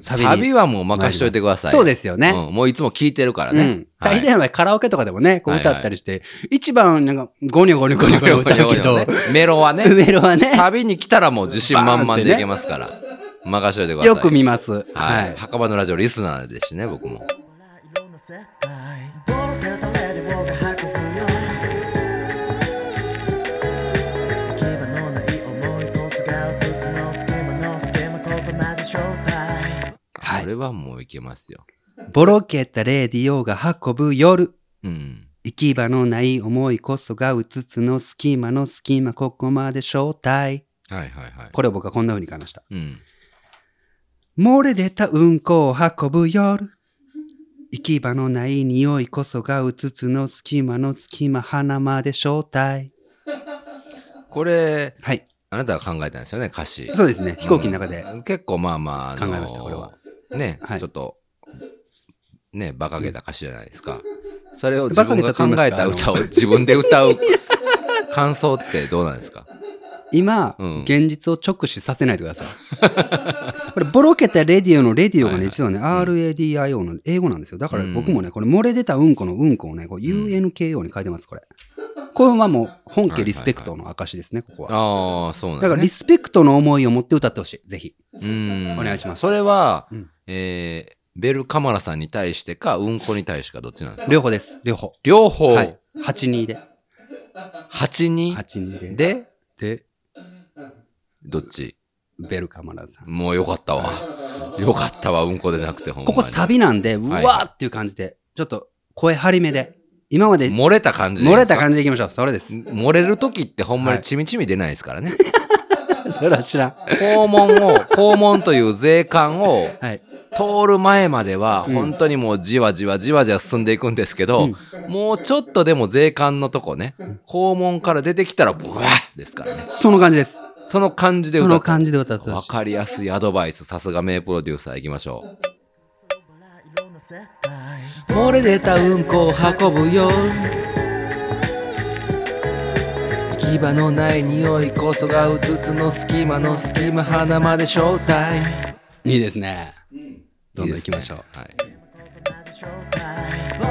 [SPEAKER 1] サに
[SPEAKER 2] サビはもう任しといてください。
[SPEAKER 1] そうですよね
[SPEAKER 2] うんもういつも聞いてるから
[SPEAKER 1] う
[SPEAKER 2] ね
[SPEAKER 1] ん。。
[SPEAKER 2] は
[SPEAKER 1] 大
[SPEAKER 2] い
[SPEAKER 1] 体の場合、カラオケとかでもね、こう
[SPEAKER 2] はいはい
[SPEAKER 1] 歌ったりして、一番なんか、ゴニョゴニョゴニョゴニョ歌うけど、
[SPEAKER 2] メロはね。
[SPEAKER 1] メロはね
[SPEAKER 2] サビに来たらもう自信満々でいけますから。任しといてください。
[SPEAKER 1] よく見ます。
[SPEAKER 2] は。
[SPEAKER 1] はい
[SPEAKER 2] 墓場のラジオリスナーですしね、僕も。
[SPEAKER 3] 色の世界どうか誰でもが運ぶよ牙のない思いとすがうつつの隙間の隙間ここまで正体
[SPEAKER 1] はい
[SPEAKER 2] これはもういけますよ。
[SPEAKER 1] い。ボロけたレディオが運ぶ夜。
[SPEAKER 2] うん。
[SPEAKER 1] 行き場のない思いこそがうつつの隙間の隙間ここまで正体。
[SPEAKER 2] はいはいはい。
[SPEAKER 1] これを僕はこんな風に変えました。
[SPEAKER 2] うん。
[SPEAKER 1] 漏れ出たうんこを運ぶ夜。行き場のない匂いこそがうつつの隙間の隙間花まで正体。
[SPEAKER 2] これ、
[SPEAKER 1] はい。
[SPEAKER 2] あなたが考えたんですよね、歌詞。
[SPEAKER 1] そうですね。飛行機の中で。
[SPEAKER 2] 結構まあまあ、あの
[SPEAKER 1] 考えましたこれは
[SPEAKER 2] ね、
[SPEAKER 1] はい
[SPEAKER 2] ちょっと、ね、馬鹿げた歌詞じゃないですか。それを自分が考えた歌を自分で歌う感想ってどうなんですか
[SPEAKER 1] 今、
[SPEAKER 2] うん
[SPEAKER 1] 現実を直視させないでください。これ、ボロけたレディオのレディオが
[SPEAKER 2] はい
[SPEAKER 1] ね、
[SPEAKER 2] はい
[SPEAKER 1] 実はね、RADIO の英語なんですよ。だから僕もね、これ、漏れ出たうんこのうんこをね、こう UNKO に変えてます、これ。これはもう、本家リスペクトの証ですね、ここは。
[SPEAKER 2] ああ、そうなん
[SPEAKER 1] だ
[SPEAKER 2] だ、
[SPEAKER 1] か
[SPEAKER 2] ね。
[SPEAKER 1] ら、リスペクトの思いを持って歌ってほしい、ぜひ。
[SPEAKER 2] うん
[SPEAKER 1] お願いします
[SPEAKER 2] それは、
[SPEAKER 1] うん
[SPEAKER 2] えー、ベルカマラさんに対してか、うんこに対してか、どっちなんですか
[SPEAKER 1] 両方です、両方。
[SPEAKER 2] 両方、
[SPEAKER 1] はい。82で。
[SPEAKER 2] 8人
[SPEAKER 1] 82で。
[SPEAKER 2] で、
[SPEAKER 1] で、
[SPEAKER 2] どっち
[SPEAKER 1] ベルカマラさん。
[SPEAKER 2] もうよかったわ。よかったわ、うんこでなくて、ほんま
[SPEAKER 1] ここ
[SPEAKER 2] に。
[SPEAKER 1] サビなんで、う
[SPEAKER 2] はい
[SPEAKER 1] わーっていう感じで、ちょっと声張り目で、今まで
[SPEAKER 2] 漏れた感じでいい
[SPEAKER 1] 漏
[SPEAKER 2] で
[SPEAKER 1] れ
[SPEAKER 2] すか
[SPEAKER 1] た感じでいきましょう。それです。
[SPEAKER 2] 漏れる時ってほんま
[SPEAKER 1] は
[SPEAKER 2] に
[SPEAKER 1] い
[SPEAKER 2] ちみちみ出ないですからね。
[SPEAKER 1] それは知らん。
[SPEAKER 2] 肛門を、 肛門という税関を
[SPEAKER 1] はい。
[SPEAKER 2] 通る前までは、本当にもうじわじわじわじわ進んでいくんですけど、もうちょっとでも税関のとこね、肛門から出てきたらブワーですからね。
[SPEAKER 1] その感じです。
[SPEAKER 2] その感じで
[SPEAKER 1] そ
[SPEAKER 2] 歌
[SPEAKER 1] の
[SPEAKER 2] った。
[SPEAKER 1] 感じで歌って
[SPEAKER 2] わ
[SPEAKER 1] ほしい。
[SPEAKER 2] かりやすいアドバイス、さすが名プロデューサー行きましょう。
[SPEAKER 3] 色の世界
[SPEAKER 1] 漏れ出たうんこを運ぶよ。
[SPEAKER 2] 牙のない匂いこそがうつつの隙間の隙間鼻まで正体。
[SPEAKER 1] いいですね。どんどん行きましょう。
[SPEAKER 2] はい。
[SPEAKER 3] 割り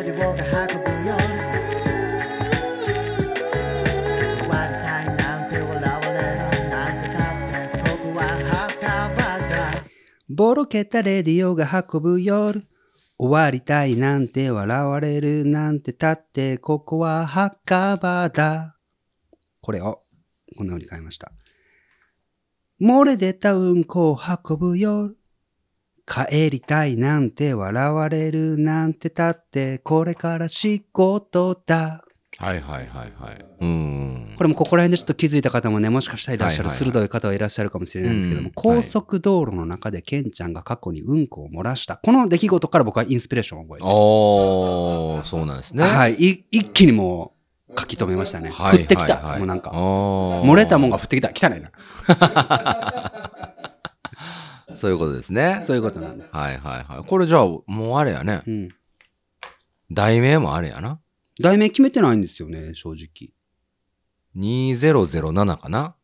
[SPEAKER 3] たいなんて笑わ
[SPEAKER 1] ボロけたレディオが運ぶ夜。終わりたいなんて笑われるなんてたって、ここは墓場だ。これを、こんな風に変えました。漏れ出たうんこを運ぶ夜。帰りたいなんて笑われるなんてたって、これから仕事だ。
[SPEAKER 2] はいはいはいはい。うーん。
[SPEAKER 1] これもここら辺でちょっと気づいた方もね、もしかしたらいらっしゃる、
[SPEAKER 2] はいはいはい
[SPEAKER 1] 鋭い方はいらっしゃるかもしれないんですけども、
[SPEAKER 2] うん
[SPEAKER 1] 高速道路の中でケンちゃんが過去にうんこを漏らした。この出来事から僕はインスピレーションを覚えて。
[SPEAKER 2] おー、そうなんですね。
[SPEAKER 1] はい。い一気にもう書き留めましたね。
[SPEAKER 2] はいはいはい。
[SPEAKER 1] 降ってきた。もうなんか。
[SPEAKER 2] 漏
[SPEAKER 1] 漏れたもんが降ってきた。汚いな。
[SPEAKER 2] そういうことですね。
[SPEAKER 1] そういうことなんです。
[SPEAKER 2] はいはいはい。これじゃあ、もうあれやね
[SPEAKER 1] う。ん。
[SPEAKER 2] 題名もあれやな。
[SPEAKER 1] 題名決めてないんですよね、正直。
[SPEAKER 2] 2007かな。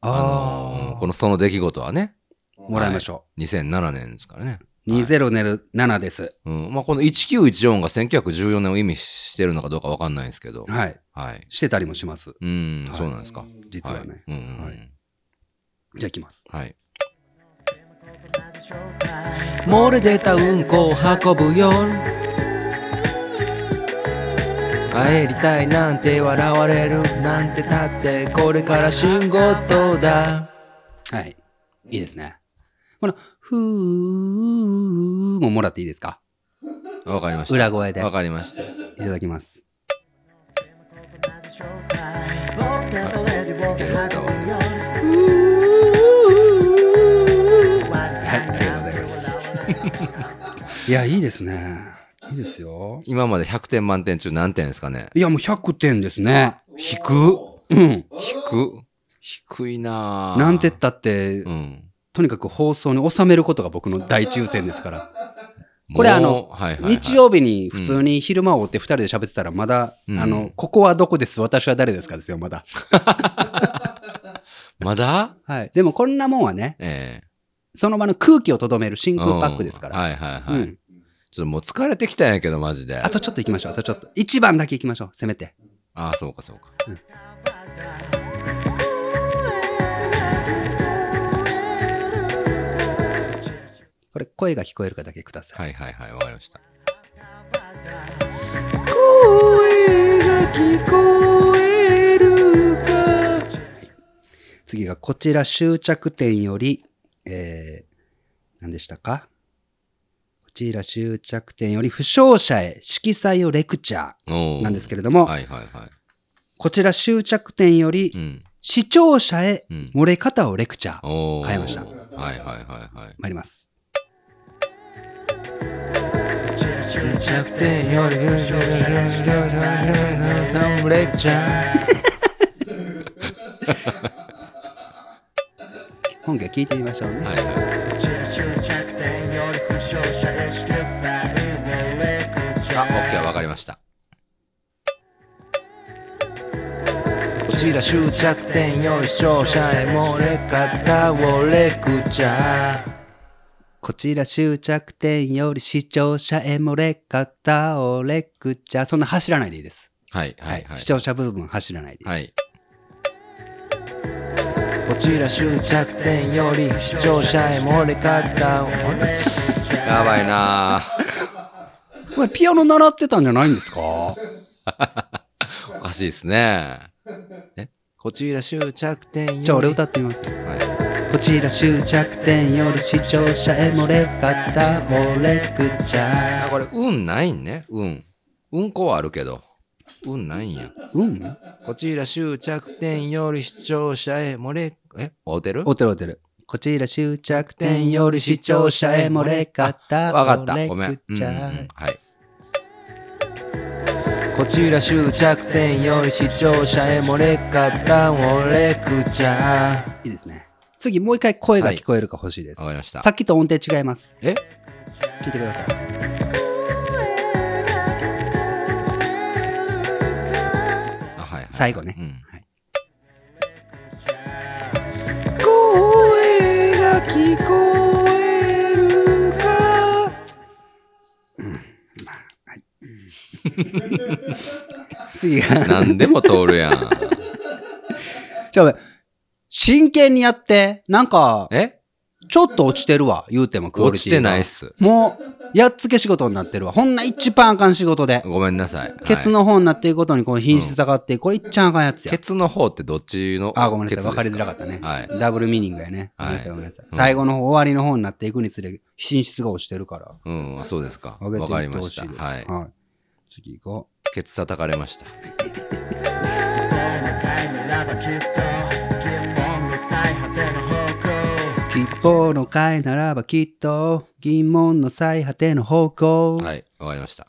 [SPEAKER 2] あのーこのその出来事はね、
[SPEAKER 1] の、もらいましょ
[SPEAKER 2] 2007年ですからね。
[SPEAKER 1] う。2007です。
[SPEAKER 2] うん。まあ、この1914が1914年を意味してるのかどうかわかんないですけど。
[SPEAKER 1] はい。
[SPEAKER 2] はい。
[SPEAKER 1] してたりもします。
[SPEAKER 2] うん、
[SPEAKER 1] はい
[SPEAKER 2] そうなんですか。
[SPEAKER 1] 実はね。
[SPEAKER 2] いうんうんうん
[SPEAKER 1] はいじゃあいきます。
[SPEAKER 2] はい。
[SPEAKER 3] 漏れ出
[SPEAKER 2] たうんこを運ぶよ帰りたいなんて笑われるなんてたってこれから仕事だ
[SPEAKER 1] はい。いいですね。この、ふーももらっていいですか
[SPEAKER 2] わかりました
[SPEAKER 1] 裏声で。
[SPEAKER 2] わ
[SPEAKER 1] い
[SPEAKER 2] かりました
[SPEAKER 1] ただきます。
[SPEAKER 3] はい、ありがとうございます。
[SPEAKER 1] いや、いいですね。いいですよ。
[SPEAKER 2] 今まで100点満点中何点ですかね
[SPEAKER 1] いや、もう100点ですね。
[SPEAKER 2] 低く
[SPEAKER 1] うん。
[SPEAKER 2] 低低いなぁ
[SPEAKER 1] なんてったって
[SPEAKER 2] う、ん
[SPEAKER 1] とにかく放送に収めることが僕の大抽選ですから。これ
[SPEAKER 2] もう
[SPEAKER 1] あの
[SPEAKER 2] はいはいはい
[SPEAKER 1] 日曜日に普通に昼間を追って二人で喋ってたらまだ、
[SPEAKER 2] うん
[SPEAKER 1] あの、ここはどこです私は誰ですかですよ、まだ。
[SPEAKER 2] まだ
[SPEAKER 1] はい。でもこんなもんはね、
[SPEAKER 2] ええ
[SPEAKER 1] その場の空気をとどめる真空パックですから。
[SPEAKER 2] はいはいはい、
[SPEAKER 1] うん。
[SPEAKER 2] ちょっともう疲れてきたんやけどマジで
[SPEAKER 1] あとちょっと行きましょう、あとちょっと。一番だけ行きましょう、せめて。
[SPEAKER 2] ああそうかそうか
[SPEAKER 1] これ声が聞こえるかだけください。
[SPEAKER 2] はいはいはいわかりました
[SPEAKER 1] 次がこちら終着点より、えー、何でしたかこちら終着点より負傷者へ色彩をレクチャーなんですけれども、
[SPEAKER 2] はいはいはい。
[SPEAKER 1] こちら終着点より
[SPEAKER 2] うん。
[SPEAKER 1] 視聴者へ
[SPEAKER 2] うん
[SPEAKER 1] 漏れ方をレクチャー。
[SPEAKER 2] おー
[SPEAKER 1] 変えました
[SPEAKER 2] はいはいはいはい。
[SPEAKER 1] 参ります。
[SPEAKER 2] 弱点よりレクチャー。
[SPEAKER 1] 本家聞いてみましょうね。
[SPEAKER 2] はいはい。あ、オッケーわかりました。こちら終着点より視聴者へ漏れ方をレクチャー。
[SPEAKER 1] こちら終着点より視聴者へ漏れ方をレクチャー。そんな走らないでいいです。
[SPEAKER 2] はいはいはい
[SPEAKER 1] 視。聴者部分走らないでいい。
[SPEAKER 2] はい。こちら終着点より視聴者へ漏れ方を。 やばいなぁ。
[SPEAKER 1] これピアノ習ってたんじゃないんですか
[SPEAKER 2] おかしいですね。えこちら終着点より。
[SPEAKER 1] じゃあ俺歌ってみます。
[SPEAKER 2] はい
[SPEAKER 1] こちら終着点より視聴者へ漏れ方をレクチャー。
[SPEAKER 2] あ、これ、運ないんね。運。うんこはあるけど。運ないんや。
[SPEAKER 1] うん
[SPEAKER 2] こちら終着点より視聴者へ漏れ、え合うてる
[SPEAKER 1] おてるおてる。こちら終着点より視聴者へ漏れ方
[SPEAKER 2] わかっ
[SPEAKER 1] を
[SPEAKER 2] た。
[SPEAKER 1] レ
[SPEAKER 2] ごめん。
[SPEAKER 1] ク
[SPEAKER 2] うんうん
[SPEAKER 1] チ
[SPEAKER 2] うん
[SPEAKER 1] ャー。
[SPEAKER 2] はい。こちら終着点より視聴者へ漏れ方をレクチャー。
[SPEAKER 1] いいですね。次もう一回声が聞こえるか欲しいです。
[SPEAKER 2] はいわかりました
[SPEAKER 1] さっきと音程違います。
[SPEAKER 2] え
[SPEAKER 1] 聞いてください。
[SPEAKER 2] あ、はい、はい。
[SPEAKER 1] 最後ね
[SPEAKER 2] う。ん。
[SPEAKER 1] はい
[SPEAKER 2] 声が聞こえるか。
[SPEAKER 1] 次が、
[SPEAKER 2] 何でも通るやん。
[SPEAKER 1] ちょ、真剣にやって、なんか、
[SPEAKER 2] え
[SPEAKER 1] ちょっと落ちてるわ、言うてもクオリティが
[SPEAKER 2] 落ちてないっす。
[SPEAKER 1] もう、やっつけ仕事になってるわ。ほんな一番あかん仕事で。
[SPEAKER 2] ごめんなさい。はい
[SPEAKER 1] ケツ。の方になっていくことにこの品質下がって、これいっちゃあかんやつや
[SPEAKER 2] ケ。ツの方ってどっちの
[SPEAKER 1] あ、ごめんなさい。
[SPEAKER 2] ケツ
[SPEAKER 1] 分かりづ
[SPEAKER 2] です
[SPEAKER 1] らかったね。
[SPEAKER 2] はい
[SPEAKER 1] ダブルミーニングやね。
[SPEAKER 2] はい
[SPEAKER 1] ごめんなさいごめんなさい最後の方、終わりの方になっていくにつれ、品質が落ちてるから。
[SPEAKER 2] うん、そうですか。
[SPEAKER 1] 上げ
[SPEAKER 2] わ
[SPEAKER 1] て
[SPEAKER 2] かり
[SPEAKER 1] いって
[SPEAKER 2] ま
[SPEAKER 1] ほ
[SPEAKER 2] し。
[SPEAKER 1] したいです。
[SPEAKER 2] はい。
[SPEAKER 1] 次行こ
[SPEAKER 2] ケツ叩かれました。
[SPEAKER 3] 願いならばきっと疑問の最果ての方
[SPEAKER 1] う。
[SPEAKER 3] 向
[SPEAKER 1] 吉報の会ならばきっと、疑問の最果ての方向。
[SPEAKER 2] はい、わかりました。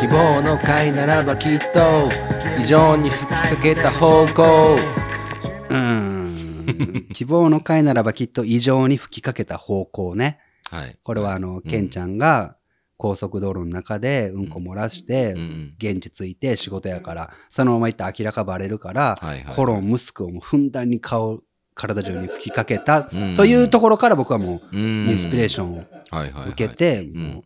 [SPEAKER 2] 希望の会ならばきっと、以上に吹きつけた方向。
[SPEAKER 1] うーん。希望の会ならばきっと異常に吹きかけた方向ね。
[SPEAKER 2] はい。
[SPEAKER 1] これはあの、ケンちゃんが高速道路の中でうんこ漏らして
[SPEAKER 2] うんうん、
[SPEAKER 1] 現地着いて仕事やから、そのまま行ったら明らかバレるから
[SPEAKER 2] はいはいは、い
[SPEAKER 1] コロン、ムスクをもうふんだんに顔、体中に吹きかけた、
[SPEAKER 2] うん
[SPEAKER 1] というところから僕はもう、
[SPEAKER 2] うん、
[SPEAKER 1] インスピレー
[SPEAKER 2] シ
[SPEAKER 1] ションを
[SPEAKER 2] ョン、はいはいはい、
[SPEAKER 1] 受け、て、
[SPEAKER 2] ん
[SPEAKER 1] もう、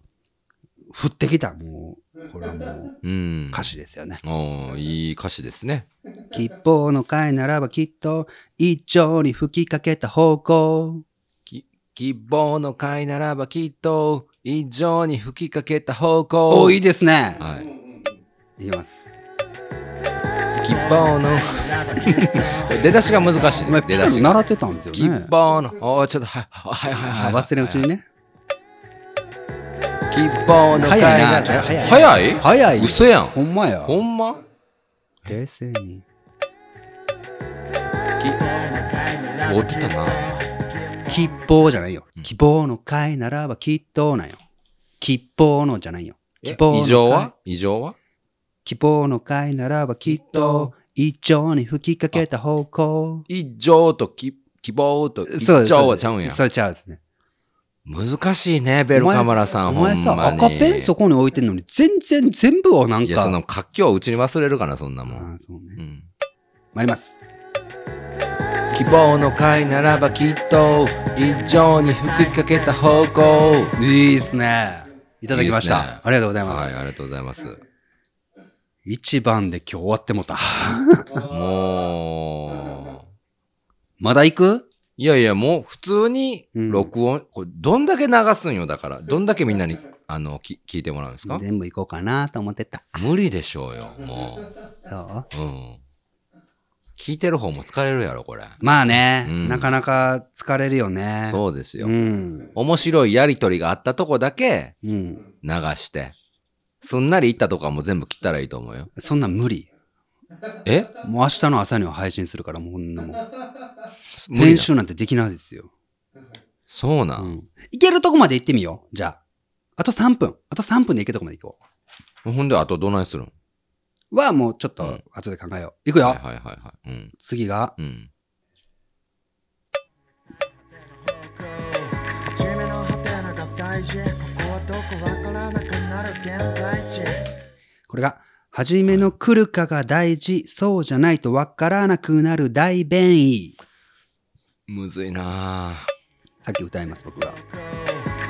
[SPEAKER 1] 降ってきた、もう、これはもう、
[SPEAKER 2] うん、
[SPEAKER 1] 歌詞ですよね。
[SPEAKER 2] おーいい歌詞ですね。
[SPEAKER 1] 吉報の会ならばきっと、一丁に吹きかけた方向。
[SPEAKER 2] き希望の会ならばきっと、以上に吹きかけた方向。
[SPEAKER 1] おーいいですね。
[SPEAKER 2] はい。
[SPEAKER 1] いきます。
[SPEAKER 2] 希望の、 出だしが難しい。
[SPEAKER 1] お前、ピ
[SPEAKER 2] 出
[SPEAKER 1] ア
[SPEAKER 2] だし
[SPEAKER 1] ノ
[SPEAKER 2] が。
[SPEAKER 1] 習ってたんですよ
[SPEAKER 2] 希
[SPEAKER 1] ね。
[SPEAKER 2] 望の、おーちょっと、はい、はい、はい、は
[SPEAKER 1] あ
[SPEAKER 2] い。
[SPEAKER 1] 忘れんうちにね。
[SPEAKER 2] 希望の会
[SPEAKER 1] 早い
[SPEAKER 2] な
[SPEAKER 1] な。
[SPEAKER 2] ら
[SPEAKER 1] ちょっと早い。
[SPEAKER 2] 早い
[SPEAKER 1] 早い。
[SPEAKER 2] 嘘やん。
[SPEAKER 1] ほんまや。
[SPEAKER 2] ほんま
[SPEAKER 1] 冷静に。
[SPEAKER 2] 追ってたな。
[SPEAKER 1] 吉報じゃないよ。希望の会ならばきっとなんよ。吉報のじゃないよ。希望の会
[SPEAKER 2] 異常は異常は
[SPEAKER 1] 希望の会ならばきっと、一丁に吹きかけた方向。
[SPEAKER 2] 異常とき希望と一
[SPEAKER 1] そうです
[SPEAKER 2] 常はちゃうんや。
[SPEAKER 1] そうちゃうですね。
[SPEAKER 2] 難しいね、ベルカマラさん。
[SPEAKER 1] お前さ、お
[SPEAKER 2] ほんま
[SPEAKER 1] 前
[SPEAKER 2] に
[SPEAKER 1] さ赤ペンそこに置いてんのに、全然全部をなん
[SPEAKER 2] いや、そ
[SPEAKER 1] か。
[SPEAKER 2] の、活況をうちに忘れるから、そんなもん。
[SPEAKER 1] あそうね。
[SPEAKER 2] うん
[SPEAKER 1] 参ります。
[SPEAKER 2] 希望の会ならばきっと、異常に吹きかけた方向。
[SPEAKER 1] いいですね。いただきました。
[SPEAKER 2] いいっすね
[SPEAKER 1] ありがとうございます。
[SPEAKER 2] はい、ありがとうございます。
[SPEAKER 1] 一番で今日終わっても た。
[SPEAKER 2] もう、
[SPEAKER 1] まだ行く
[SPEAKER 2] いやいや、もう普通に
[SPEAKER 1] うん
[SPEAKER 2] 録音、これどんだけ流すんよ、だから。どんだけみんなに、あの、き聞いてもらうんですか
[SPEAKER 1] 全部行こうかなと思ってた。
[SPEAKER 2] 無理でしょうよ、もう。
[SPEAKER 1] そう
[SPEAKER 2] うん。聞いてる方も疲れるやろ、これ。
[SPEAKER 1] まあね、
[SPEAKER 2] うん
[SPEAKER 1] なかなか疲れるよね。
[SPEAKER 2] そうですよ。
[SPEAKER 1] ん。
[SPEAKER 2] 面白いやりとりがあったとこだけ
[SPEAKER 1] うん。
[SPEAKER 2] 流して、すんなりいったとこはもう全部切ったらいいと思うよ。
[SPEAKER 1] そんなん無理。
[SPEAKER 2] え
[SPEAKER 1] もう明日の朝には配信するから、もうこんなもん。
[SPEAKER 2] 無理
[SPEAKER 1] 編
[SPEAKER 2] だ。
[SPEAKER 1] 集なんてできないですよ。
[SPEAKER 2] そうな。
[SPEAKER 1] うんん。いけるとこまで行ってみよう。じゃあ。あと3分。あと3分で行けるとこまで行こ
[SPEAKER 2] ほんで、あとどないするん
[SPEAKER 1] う。は、もうちょっと
[SPEAKER 2] うん
[SPEAKER 1] 後で考えよう。行くよ。
[SPEAKER 2] はいはいはいはい。うん。
[SPEAKER 1] 次が、
[SPEAKER 2] うん。
[SPEAKER 3] 夢の果てなが大事ここはどこわからなくなる現在地
[SPEAKER 1] これが、初めの来るかが大事、そうじゃないとわからなくなる大便意。
[SPEAKER 2] むずいなあ
[SPEAKER 1] さっき歌います、僕が。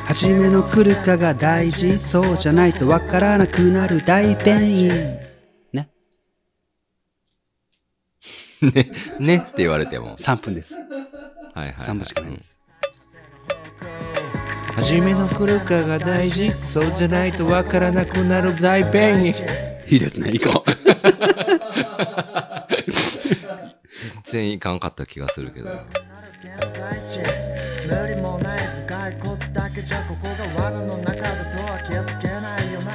[SPEAKER 1] 初めの来るかが大事、そうじゃないとわからなくなる大便意。ね、
[SPEAKER 2] ね、ねって言われても。
[SPEAKER 1] 3分です。
[SPEAKER 2] はいはい、はい。
[SPEAKER 1] 3分しかないです。
[SPEAKER 2] うん初めの来るかが大事。そうじゃないとわからなくなる大便意。
[SPEAKER 1] いいですね、行こう。
[SPEAKER 2] 全員いかんかった気がするけど。
[SPEAKER 3] 現在地無理もない使いコツだけじゃここが罠の中だとは気づけないよな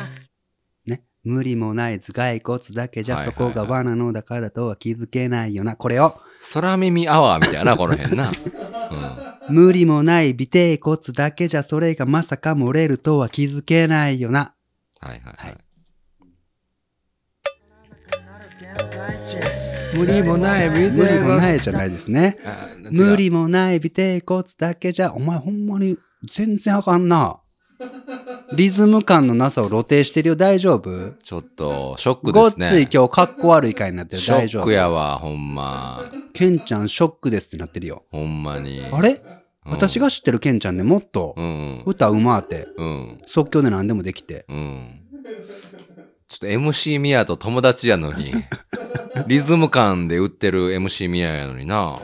[SPEAKER 1] ね、無理もない頭蓋骨だけじゃ
[SPEAKER 2] はい
[SPEAKER 1] そ
[SPEAKER 2] はい
[SPEAKER 1] こ
[SPEAKER 2] はい
[SPEAKER 1] が罠のだからとは気づけないよな。これを、
[SPEAKER 2] 空耳アワーみたいな、この辺な。
[SPEAKER 1] 無理もない尾低骨だけじゃそれがまさか漏れるとは気づけないよな。
[SPEAKER 2] はいはいはい。
[SPEAKER 3] 現在地
[SPEAKER 2] 無理もない、無
[SPEAKER 1] 無理もないじゃないですね。無。理もない尾低骨だけじゃ、お前ほんまに全然あかん な。リズム感のなさを露呈してるよ、大丈夫
[SPEAKER 2] ちょっと、ショック
[SPEAKER 1] ご
[SPEAKER 2] で
[SPEAKER 1] っ
[SPEAKER 2] す
[SPEAKER 1] つい
[SPEAKER 2] ね。
[SPEAKER 1] 今日かっこ悪い回になってる、
[SPEAKER 2] ショ
[SPEAKER 1] 大丈
[SPEAKER 2] ック
[SPEAKER 1] 夫。
[SPEAKER 2] やわ、ほんま。
[SPEAKER 1] ケンちゃんショックですってなってるよ。
[SPEAKER 2] ほんまに。
[SPEAKER 1] あれ私が知ってるケンちゃんね、もっと
[SPEAKER 2] うん。
[SPEAKER 1] 歌うまーて。
[SPEAKER 2] うん。
[SPEAKER 1] 即興で何でもできて。
[SPEAKER 2] うん。ちょっと MC ミヤと友達やの に、リズム感で売ってる MC ミヤやのにな。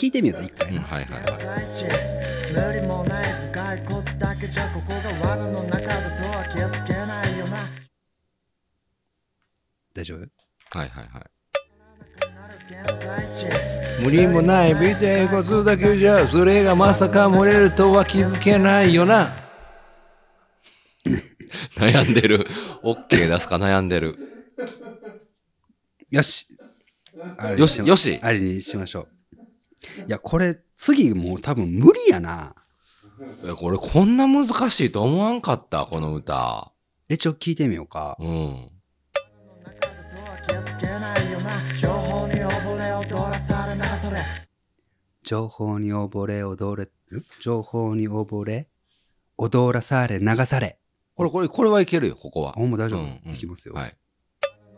[SPEAKER 1] 聞いてみようと一回
[SPEAKER 2] うん、
[SPEAKER 1] な。
[SPEAKER 2] はいはいはい。
[SPEAKER 3] 無理もない使いコツだけじゃここが罠の中だとは気づけないよな
[SPEAKER 1] 大丈夫
[SPEAKER 2] はいはいはい。
[SPEAKER 3] 現在地
[SPEAKER 2] 無理もない美女コツだけじゃそれがまさか漏れるとは気づけないよな 悩んでる OK 出すか悩んでる
[SPEAKER 1] よし。あれに
[SPEAKER 2] よし
[SPEAKER 1] ま
[SPEAKER 2] よし
[SPEAKER 1] あれにしましょう。いや、これ、次もう多分無理やな。
[SPEAKER 2] えこれこんな難しいと思わんかったこの歌
[SPEAKER 1] え、ちょ、聞いてみようか。
[SPEAKER 2] うん
[SPEAKER 3] 中だとは気づけないよな情報に溺れ踊らされなそれ
[SPEAKER 1] 情報に溺れ、踊れ、ん情報に溺れ、踊らされ、流され。
[SPEAKER 2] これこれこれはいけるよここは
[SPEAKER 1] あ、もう大丈夫。
[SPEAKER 2] うんうん
[SPEAKER 1] いきますよ。
[SPEAKER 2] はい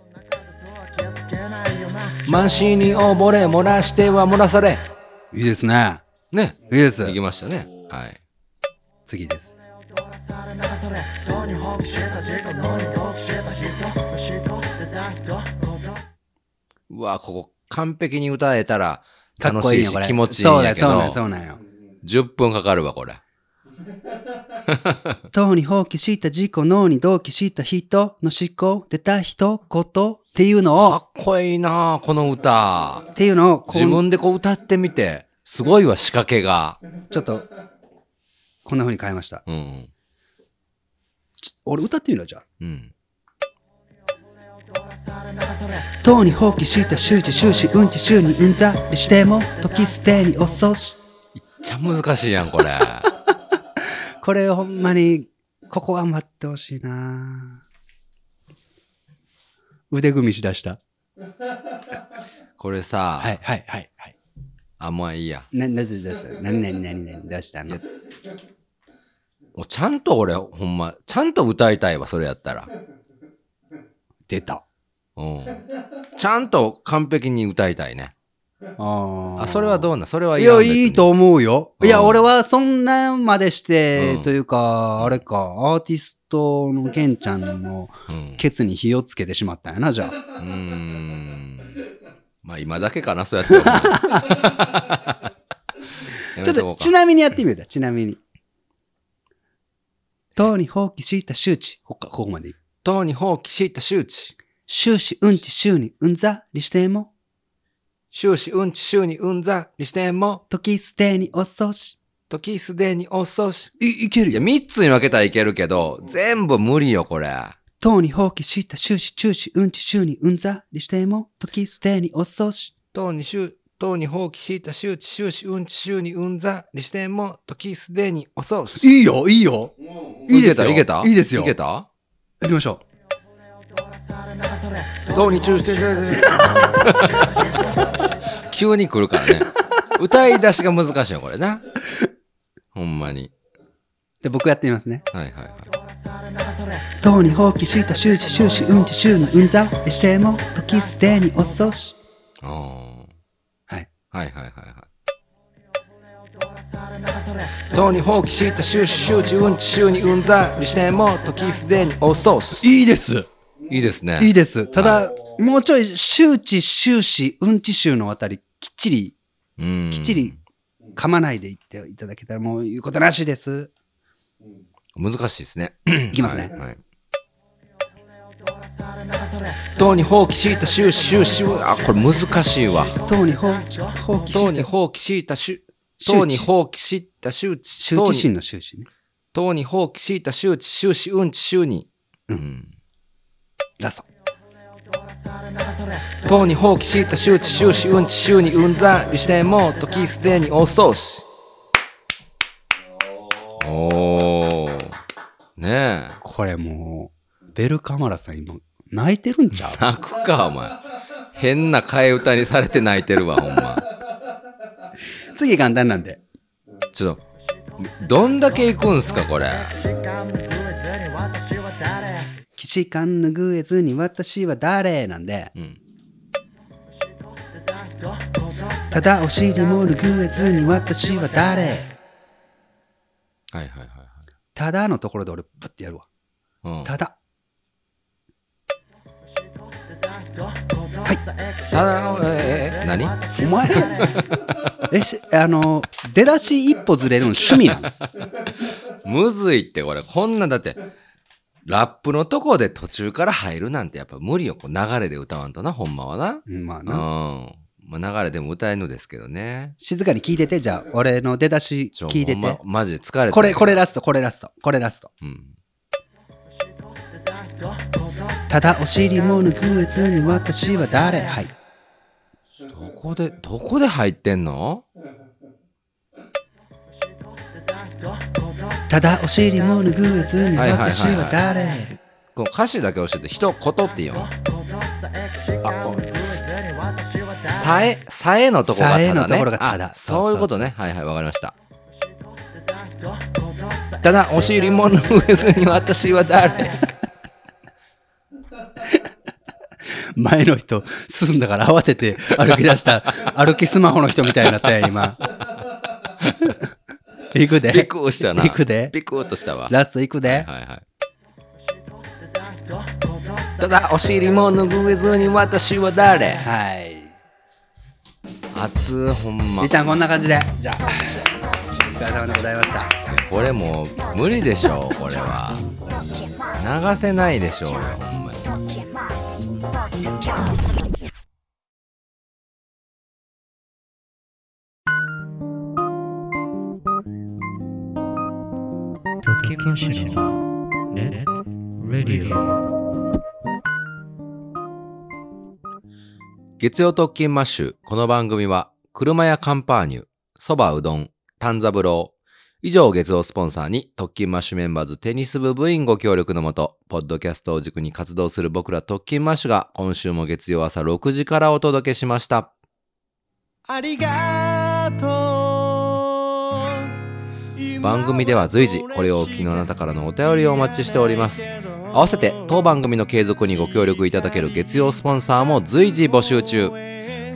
[SPEAKER 3] 中だとは気づけないよな
[SPEAKER 2] 満身に溺れ漏らしては漏らされ
[SPEAKER 1] い、いですね。
[SPEAKER 2] ね
[SPEAKER 1] いいです。
[SPEAKER 2] いきましたねはい
[SPEAKER 1] 次です。
[SPEAKER 3] 踊らされなそれ人に放棄した自己のに放棄した人無視こ出た人こと
[SPEAKER 2] うわここ完璧に歌えたら
[SPEAKER 1] かっ
[SPEAKER 2] 楽
[SPEAKER 1] こ
[SPEAKER 2] し
[SPEAKER 1] いい
[SPEAKER 2] い
[SPEAKER 1] よ、
[SPEAKER 2] し
[SPEAKER 1] これ。
[SPEAKER 2] 気持ちいいんやけど
[SPEAKER 1] そうなんよそうなんよ。
[SPEAKER 2] 10分かかるわこれ
[SPEAKER 1] 党に放棄した自己脳に同期した人の思考、出た人、ことっていうのを、
[SPEAKER 2] かっこいいなあこの歌。
[SPEAKER 1] っていうのを、こん
[SPEAKER 2] 自分でこう歌ってみて、すごいわ、仕掛けが。
[SPEAKER 1] ちょっと、こんな風に変えました。
[SPEAKER 2] うん。
[SPEAKER 1] 俺歌ってみろ、じゃあ。
[SPEAKER 2] うん。
[SPEAKER 1] 党に放棄した周知終始うんち周にうんざりしても時捨てに遅し
[SPEAKER 2] ちゃ難しいやん、こ れ。
[SPEAKER 1] これほんまにここは待ってほしいな腕組みしだした
[SPEAKER 2] これさ、
[SPEAKER 1] はいはいはいはい
[SPEAKER 2] あ、もういいや。
[SPEAKER 1] な、なぜ出した何何何何出したの
[SPEAKER 2] もうちゃんと俺、ほんま、ちゃんと歌いたいわ、それやったら。
[SPEAKER 1] 出た
[SPEAKER 2] うん。ちゃんと完璧に歌いたいね。
[SPEAKER 1] あ
[SPEAKER 2] あ、それはどうなんそれはいい
[SPEAKER 1] や、
[SPEAKER 2] らん
[SPEAKER 1] いい。と思うよ。いや、
[SPEAKER 2] うん
[SPEAKER 1] 俺はそんなまでして、
[SPEAKER 2] うん
[SPEAKER 1] というか、あれか、アーティストのケンちゃんの
[SPEAKER 2] 別に
[SPEAKER 1] ケツに火をつけてしまったんやな、じゃあ。
[SPEAKER 2] うん。うーん。まあ、今だけかな、そうやって 思う。
[SPEAKER 1] ちょ
[SPEAKER 2] やめ
[SPEAKER 1] っ、
[SPEAKER 2] とことうか
[SPEAKER 1] ちなみにやってみるだ、ちなみに。党に放棄した周知。ここかここまでいい。
[SPEAKER 2] 党に放棄した周知。
[SPEAKER 1] 終始うんち周にうんざりしても、
[SPEAKER 2] 終始うんち週にうんざりしても、
[SPEAKER 1] 時捨てに遅し。
[SPEAKER 2] 時すでに遅し。
[SPEAKER 1] い、いける
[SPEAKER 2] いや、。三つに分けたらいけるけど、全部無理よ、これ。
[SPEAKER 1] 党に放棄した終始中止うんち周にうんざりしても、時捨てに遅し。
[SPEAKER 2] 党に週、党に放棄した周知、終始うんち週にうんざりしても、時すでに遅し。
[SPEAKER 1] いいよ、いいよ。いいですよ。
[SPEAKER 2] いけた
[SPEAKER 1] いいですよ。
[SPEAKER 2] いけた
[SPEAKER 1] 行きましょう。
[SPEAKER 2] 党に中して、 急に来るからね。歌い出しが難しいよ、これな。ほんまに。
[SPEAKER 1] で、僕やってみますね。
[SPEAKER 2] はいはいはい。
[SPEAKER 1] 党に放棄した終始終始うんち周にうんざりしても、時捨てに遅し。
[SPEAKER 2] あー
[SPEAKER 1] はい。
[SPEAKER 2] はいはいはいはい。党に放棄した終始終始うんち週にうんざりしても、時すでに遅し。
[SPEAKER 1] いいです。
[SPEAKER 2] いいですね。
[SPEAKER 1] いいです。ただ、もうちょい、周知、終始、うんち周のあたり、きっちり、
[SPEAKER 2] うん
[SPEAKER 1] きっちり噛まないでいっていただけたら、もう言うことなしです。
[SPEAKER 2] 難しいですね。
[SPEAKER 1] いきますね。
[SPEAKER 2] はい。党に放棄した終始終始あこれ難しいわ。
[SPEAKER 1] 党に放棄放棄
[SPEAKER 2] 党に
[SPEAKER 1] し
[SPEAKER 2] 放棄したし
[SPEAKER 1] 周知
[SPEAKER 2] 党に放棄した周知
[SPEAKER 1] 周知心の周知ね。
[SPEAKER 2] 党に放棄した周知周知うんち周に
[SPEAKER 1] ラソ。
[SPEAKER 2] 党に放棄した周知周知うんち周にうんざりしても時すでに遅し。おお。ねえ。
[SPEAKER 1] これもう、ベルカマラさん今、泣いてるんちゃう
[SPEAKER 2] 泣くかお前。変な替え歌にされて泣いてるわほんま。
[SPEAKER 1] 次簡単なんで。
[SPEAKER 2] ちょっと、どんだけ行くんすか、これ。
[SPEAKER 3] 時間の偶然に私は誰
[SPEAKER 1] 騎士官拭えずに私は誰なんで。
[SPEAKER 3] 出た人こと
[SPEAKER 1] ただお尻も拭えずに私は誰
[SPEAKER 2] はいはいはい。
[SPEAKER 1] ただのところで俺、ぶってやるわ。
[SPEAKER 2] うん、
[SPEAKER 1] ただ。はい
[SPEAKER 2] たえー何
[SPEAKER 1] お 前えしあの出だし一歩ずれるの趣味なの
[SPEAKER 2] むずいってこれこんなんだってラップのとこで途中から入るなんてやっぱ無理よこう流れで歌わんとなほんまはな
[SPEAKER 1] うんまあ
[SPEAKER 2] う
[SPEAKER 1] な、
[SPEAKER 2] ん、まあ、流れでも歌えるのですけどね
[SPEAKER 1] 静かに聞いててじゃあ俺の出だし
[SPEAKER 2] ちょ
[SPEAKER 1] 聞いて
[SPEAKER 2] ほんま
[SPEAKER 1] て、
[SPEAKER 2] マジで疲れて
[SPEAKER 1] これこれラストこれラストこれラスト
[SPEAKER 2] うん、
[SPEAKER 1] ただお尻も拭えずに私は誰はい
[SPEAKER 2] どこでどこで入ってんの
[SPEAKER 1] ただお尻も拭えずに
[SPEAKER 2] はいはいはいはい
[SPEAKER 1] 私は誰、
[SPEAKER 2] こう歌詞だけ教えて一言って言うのあこうさえさえのとこがただね
[SPEAKER 1] さえのところがただ
[SPEAKER 2] あそういうことねはいはいわかりましたただお尻も拭えずに私は誰
[SPEAKER 1] 前の人進んだから慌てて歩き出した 歩きスマホの人みたいになったよ今行くで
[SPEAKER 2] びっく りしたな。
[SPEAKER 1] 行くで
[SPEAKER 2] びっくりとしたわ。
[SPEAKER 1] ラスト行くで、
[SPEAKER 2] はいはい。ただお尻も拭えずに私は誰
[SPEAKER 1] はい。
[SPEAKER 2] 熱いほんま
[SPEAKER 1] 一。旦こんな感じで、じゃあ、お疲れ様でございました。
[SPEAKER 2] これもう無理でしょう、これは。流せないでしょうよ、ほんまに。
[SPEAKER 4] 時マシュのネットレディオ
[SPEAKER 2] 月曜特勤マッシュ、この番組は、車やカンパーニュ、そばうどん、丹三郎、以上を月曜スポンサーに、特勤マッシュメンバーズテニス部部員ご協力のもと、ポッドキャストを軸に活動する僕ら特勤マッシュが、今週も月曜朝6時からお届けしました。
[SPEAKER 5] ありがとう
[SPEAKER 2] 番組では随時、これをお聞きのあなたからのお便りをお待ちしております。合わせて、当番組の継続にご協力いただける月曜スポンサーも随時募集中。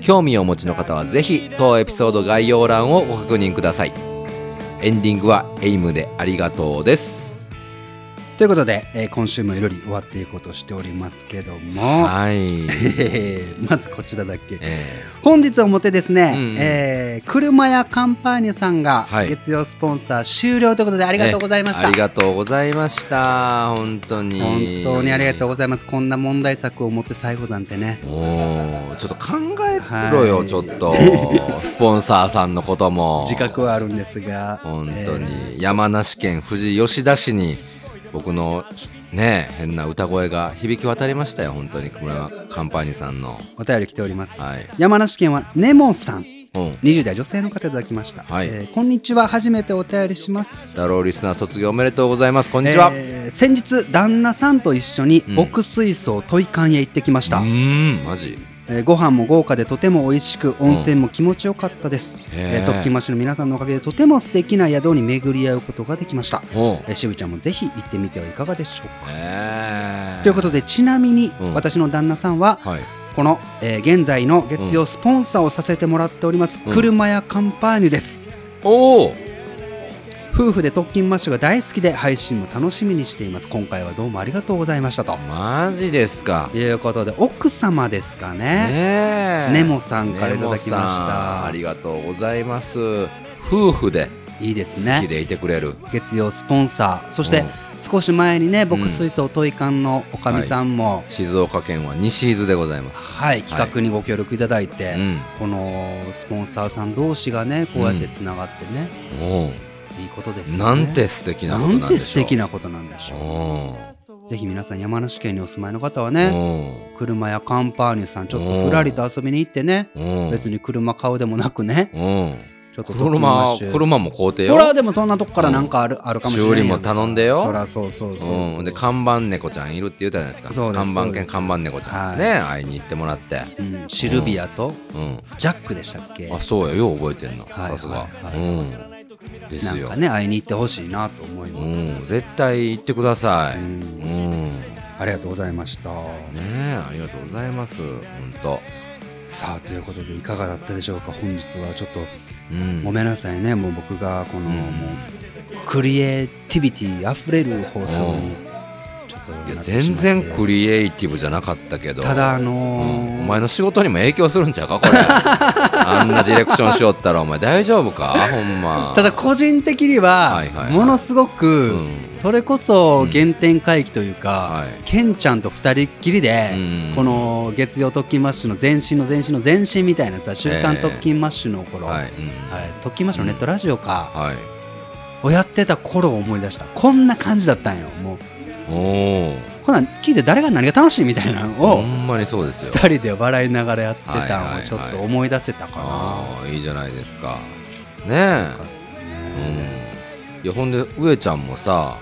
[SPEAKER 2] 興味をお持ちの方はぜひ当エピソード概要欄をご確認くださいエンディングはエイムでありがとうです
[SPEAKER 1] ということで、えー今週もいろり終わっていこうとしておりますけども、
[SPEAKER 2] はい、
[SPEAKER 1] えー まずこちらだっけ。
[SPEAKER 2] え
[SPEAKER 1] 本日表ですね、
[SPEAKER 2] うんうん
[SPEAKER 1] えー車屋カンパーニュさんが
[SPEAKER 2] はい
[SPEAKER 1] 月曜スポンサー終了ということであり
[SPEAKER 2] ー
[SPEAKER 1] がとうございました。
[SPEAKER 2] ありがとうございました本当に
[SPEAKER 1] 本当にありがとう
[SPEAKER 2] う
[SPEAKER 1] ございます。こんな問題作を持って最後なんてね。
[SPEAKER 2] もうちょっと考えろよ、
[SPEAKER 1] はい
[SPEAKER 2] ちょっとスポンサーさんのことも
[SPEAKER 1] 自覚はあるんですが、
[SPEAKER 2] 本
[SPEAKER 1] え
[SPEAKER 2] 当
[SPEAKER 1] ー
[SPEAKER 2] に山梨県富士吉田市に僕のね変な歌声が響き渡りましたよ本当に村カンパーニュさんの
[SPEAKER 1] お便り来ております。
[SPEAKER 2] はい
[SPEAKER 1] 山梨県はネモさん。
[SPEAKER 2] うん
[SPEAKER 1] 20代女性の方いただきました、
[SPEAKER 2] はい
[SPEAKER 1] えーこんにちは初めてお便りします
[SPEAKER 2] ダローリスナー卒業おめでとうございますこんにちは、
[SPEAKER 1] えー先日旦那さんと一緒に牧水槽トイ館へ行ってきました、
[SPEAKER 2] うーんマジ
[SPEAKER 1] えーご飯も豪華でとても美味しく温泉も気持ちよかったです、
[SPEAKER 2] へ
[SPEAKER 1] え
[SPEAKER 2] ー
[SPEAKER 1] ー特訓マッシュの皆さんのおかげでとても素敵な宿に巡り合うことができました、
[SPEAKER 2] おう
[SPEAKER 1] えー、しぶちゃんもぜひ行ってみてはいかがでしょうか、
[SPEAKER 2] えー
[SPEAKER 1] ということでちなみに
[SPEAKER 2] うん
[SPEAKER 1] 私の旦那さんは、
[SPEAKER 2] はい
[SPEAKER 1] この、えー現在の月曜スポンサーをさせてもらっております、
[SPEAKER 2] うん
[SPEAKER 1] 車屋カンパーニュです
[SPEAKER 2] おお
[SPEAKER 1] 夫婦で特勤マッシュが大好きで配信も楽しみにしています今回はどうもありがとうございましたと
[SPEAKER 2] マジですか
[SPEAKER 1] いうことで奥様ですかね
[SPEAKER 2] ねえ
[SPEAKER 1] ネモさんからいただきまし
[SPEAKER 2] ネモさん
[SPEAKER 1] た
[SPEAKER 2] ありがとうございます夫婦で
[SPEAKER 1] いいです
[SPEAKER 2] 好き
[SPEAKER 1] ね
[SPEAKER 2] でいてくれる、
[SPEAKER 1] 月曜スポンサーそして
[SPEAKER 2] うん
[SPEAKER 1] 少し前にね
[SPEAKER 2] う
[SPEAKER 1] 僕
[SPEAKER 2] ん
[SPEAKER 1] 水槽トイカンのおかみさんも、
[SPEAKER 2] 静岡県は西伊豆でございます
[SPEAKER 1] はい企画にご協力いただいて、
[SPEAKER 2] うん
[SPEAKER 1] このスポンサーさん同士がねこうやってつながってね、
[SPEAKER 2] おう
[SPEAKER 1] いいことですよ
[SPEAKER 2] な
[SPEAKER 1] ね
[SPEAKER 2] んて素敵なこと
[SPEAKER 1] な
[SPEAKER 2] なんん
[SPEAKER 1] て
[SPEAKER 2] で
[SPEAKER 1] 素
[SPEAKER 2] しょう
[SPEAKER 1] 敵なことなんでしょ
[SPEAKER 2] お
[SPEAKER 1] うぜひ皆さん山梨県にお住まいの方は
[SPEAKER 2] う
[SPEAKER 1] ね
[SPEAKER 2] お
[SPEAKER 1] 車やカンパーニュさんちょっとふらりと遊びに行ってね
[SPEAKER 2] うおう
[SPEAKER 1] 別に車買うでもなくね、
[SPEAKER 2] うん
[SPEAKER 1] ちょっと時回
[SPEAKER 2] 車
[SPEAKER 1] し
[SPEAKER 2] 車も買うてよ
[SPEAKER 1] ほらでもそんなとこからなんかある,、あるかもしれない
[SPEAKER 2] 修理も頼んでよ
[SPEAKER 1] そらそうそうそうそう、
[SPEAKER 2] うん、で看板猫ちゃんいるって言ったじゃないですか
[SPEAKER 1] そうです
[SPEAKER 2] 看板犬看板猫ちゃん、
[SPEAKER 1] はい
[SPEAKER 2] ね会いに行ってもらって、
[SPEAKER 1] うんシルビアと
[SPEAKER 2] うん、
[SPEAKER 1] ジャックでしたっけ、
[SPEAKER 2] あそうやよう覚えてんの
[SPEAKER 1] はい
[SPEAKER 2] さすが、
[SPEAKER 1] はい
[SPEAKER 2] うんで
[SPEAKER 1] な
[SPEAKER 2] す
[SPEAKER 1] ん
[SPEAKER 2] よ、
[SPEAKER 1] かね会いに行ってほしいなと思います、
[SPEAKER 2] うん、絶対行ってください、うんね
[SPEAKER 1] ありがとうございました
[SPEAKER 2] えありがとうございます本当
[SPEAKER 1] さあということでいかがだったでしょうか本日はちょっと
[SPEAKER 2] うん
[SPEAKER 1] ごめんなさいねもう僕がこの、
[SPEAKER 2] ん
[SPEAKER 1] もうクリエイティビティあふれる放送にちょっとになっ
[SPEAKER 2] い
[SPEAKER 1] て
[SPEAKER 2] や
[SPEAKER 1] しまって
[SPEAKER 2] 全然クリエイティブじゃなかったけど
[SPEAKER 1] ただあの
[SPEAKER 2] うん
[SPEAKER 1] ー
[SPEAKER 2] お前の仕事にも影響するんちゃう かこれあんなディレクションしよったらお前大丈夫かほんま
[SPEAKER 1] ただ個人的には
[SPEAKER 2] はいはいはい
[SPEAKER 1] ものすごく
[SPEAKER 2] うん
[SPEAKER 1] それこそ原点回帰というか、
[SPEAKER 2] はい
[SPEAKER 1] ケンちゃんと二人っきりで
[SPEAKER 2] うん
[SPEAKER 1] この「月曜特勤マッシュ」の前身の前身の前身みたいなさ「週刊特勤マッシュ」の頃、
[SPEAKER 2] はい、うん
[SPEAKER 1] はい特勤マッシュのネットラジオか
[SPEAKER 2] はい、
[SPEAKER 1] をやってた頃を思い出したこんな感じだったんよもう
[SPEAKER 2] おお
[SPEAKER 1] こんなん聞いて誰が何が楽しいみたいなの
[SPEAKER 2] ほ
[SPEAKER 1] を
[SPEAKER 2] んまにそうですよ
[SPEAKER 1] 二人で笑いながらやって
[SPEAKER 2] はいはい
[SPEAKER 1] た
[SPEAKER 2] は
[SPEAKER 1] のを
[SPEAKER 2] い
[SPEAKER 1] ちょっと思い出せたかな、
[SPEAKER 2] ああいいじゃないですかねえ、うん、いやほんで上ちゃんもさ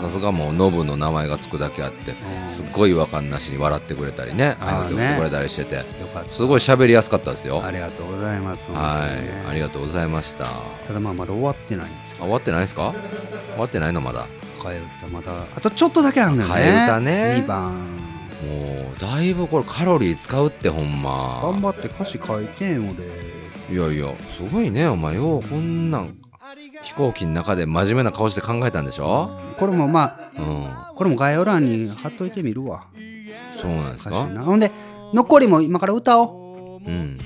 [SPEAKER 2] さすがもうノブの名前がつくだけあってすっごい違和感なしに笑ってくれたりね
[SPEAKER 1] あーね
[SPEAKER 2] 言ってくれたりしてて
[SPEAKER 1] よかった
[SPEAKER 2] すごい喋りやすかったですよ
[SPEAKER 1] ありがとうございます、
[SPEAKER 2] はいありがとうございましたあ
[SPEAKER 1] ただまあまだ終わってないんです
[SPEAKER 2] 終わってないですか終わってないのまだ
[SPEAKER 1] 替え歌まだあとちょっとだけあるのよね
[SPEAKER 2] 替え歌ね
[SPEAKER 1] 2番
[SPEAKER 2] もうだいぶこれカロリー使うってほんま
[SPEAKER 1] 頑張って歌詞書いてん俺
[SPEAKER 2] いやいやすごいねお前ようこんなん飛行機の中で真面目な顔して考えたんでしょ
[SPEAKER 1] これもま
[SPEAKER 2] うん
[SPEAKER 1] あこれも概要欄に貼っといてみるわ
[SPEAKER 2] そうなんです
[SPEAKER 1] 歌詞
[SPEAKER 2] か
[SPEAKER 1] なほんで残りも今から歌おう
[SPEAKER 2] うん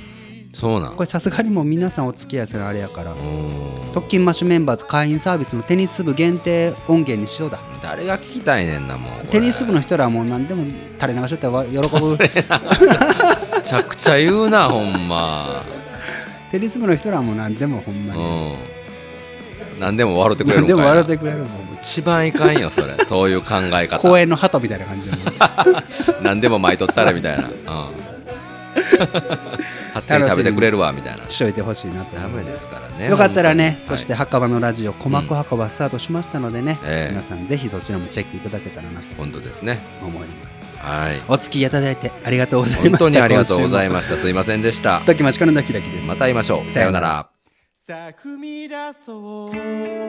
[SPEAKER 2] そうなん
[SPEAKER 1] これさすがにもう皆さんお付き合いするあれやから
[SPEAKER 2] うん
[SPEAKER 1] 特勤マッシュメンバーズ会員サービスのテニス部限定音源にしようだ
[SPEAKER 2] 誰が聞きたいねんなもう
[SPEAKER 1] テニス部の人らはもう何でも垂れ流しとったら喜 ぶ
[SPEAKER 2] めちゃくちゃ言うなほんま
[SPEAKER 1] テニス部の人らはもう何でもほんま
[SPEAKER 2] う
[SPEAKER 1] に
[SPEAKER 2] ん何でも笑ってくれる
[SPEAKER 1] 何
[SPEAKER 2] ん
[SPEAKER 1] で
[SPEAKER 2] かい
[SPEAKER 1] も
[SPEAKER 2] な
[SPEAKER 1] 笑ってくれるもん
[SPEAKER 2] 一番いかんよそれそういう考え方
[SPEAKER 1] 公園の鳩みたいな感じで
[SPEAKER 2] 何でも巻いとったらみたい な、うん、勝手に食べてくれるわみたいな
[SPEAKER 1] しといてほしいなと
[SPEAKER 2] ダ
[SPEAKER 1] 思い
[SPEAKER 2] メ
[SPEAKER 1] ます
[SPEAKER 2] ですからね
[SPEAKER 1] よかったらね、
[SPEAKER 2] 本当
[SPEAKER 1] そ
[SPEAKER 2] に
[SPEAKER 1] して
[SPEAKER 2] はい
[SPEAKER 1] 墓場のラジオ、鼓膜墓場スタートしましたのでね、
[SPEAKER 2] ええ
[SPEAKER 1] 皆さんぜひそちらもチェックいただけたらなと
[SPEAKER 2] 本当ですね
[SPEAKER 1] 思います。
[SPEAKER 2] はい
[SPEAKER 1] お付き合いいただいてありがとうござい
[SPEAKER 2] 本
[SPEAKER 1] ました。
[SPEAKER 2] 当にありがとうござい
[SPEAKER 1] ま
[SPEAKER 2] ましたすいませんでした
[SPEAKER 1] す。時町からのキラキです。
[SPEAKER 2] また会いましょうさようなら
[SPEAKER 5] さあ踏み出そう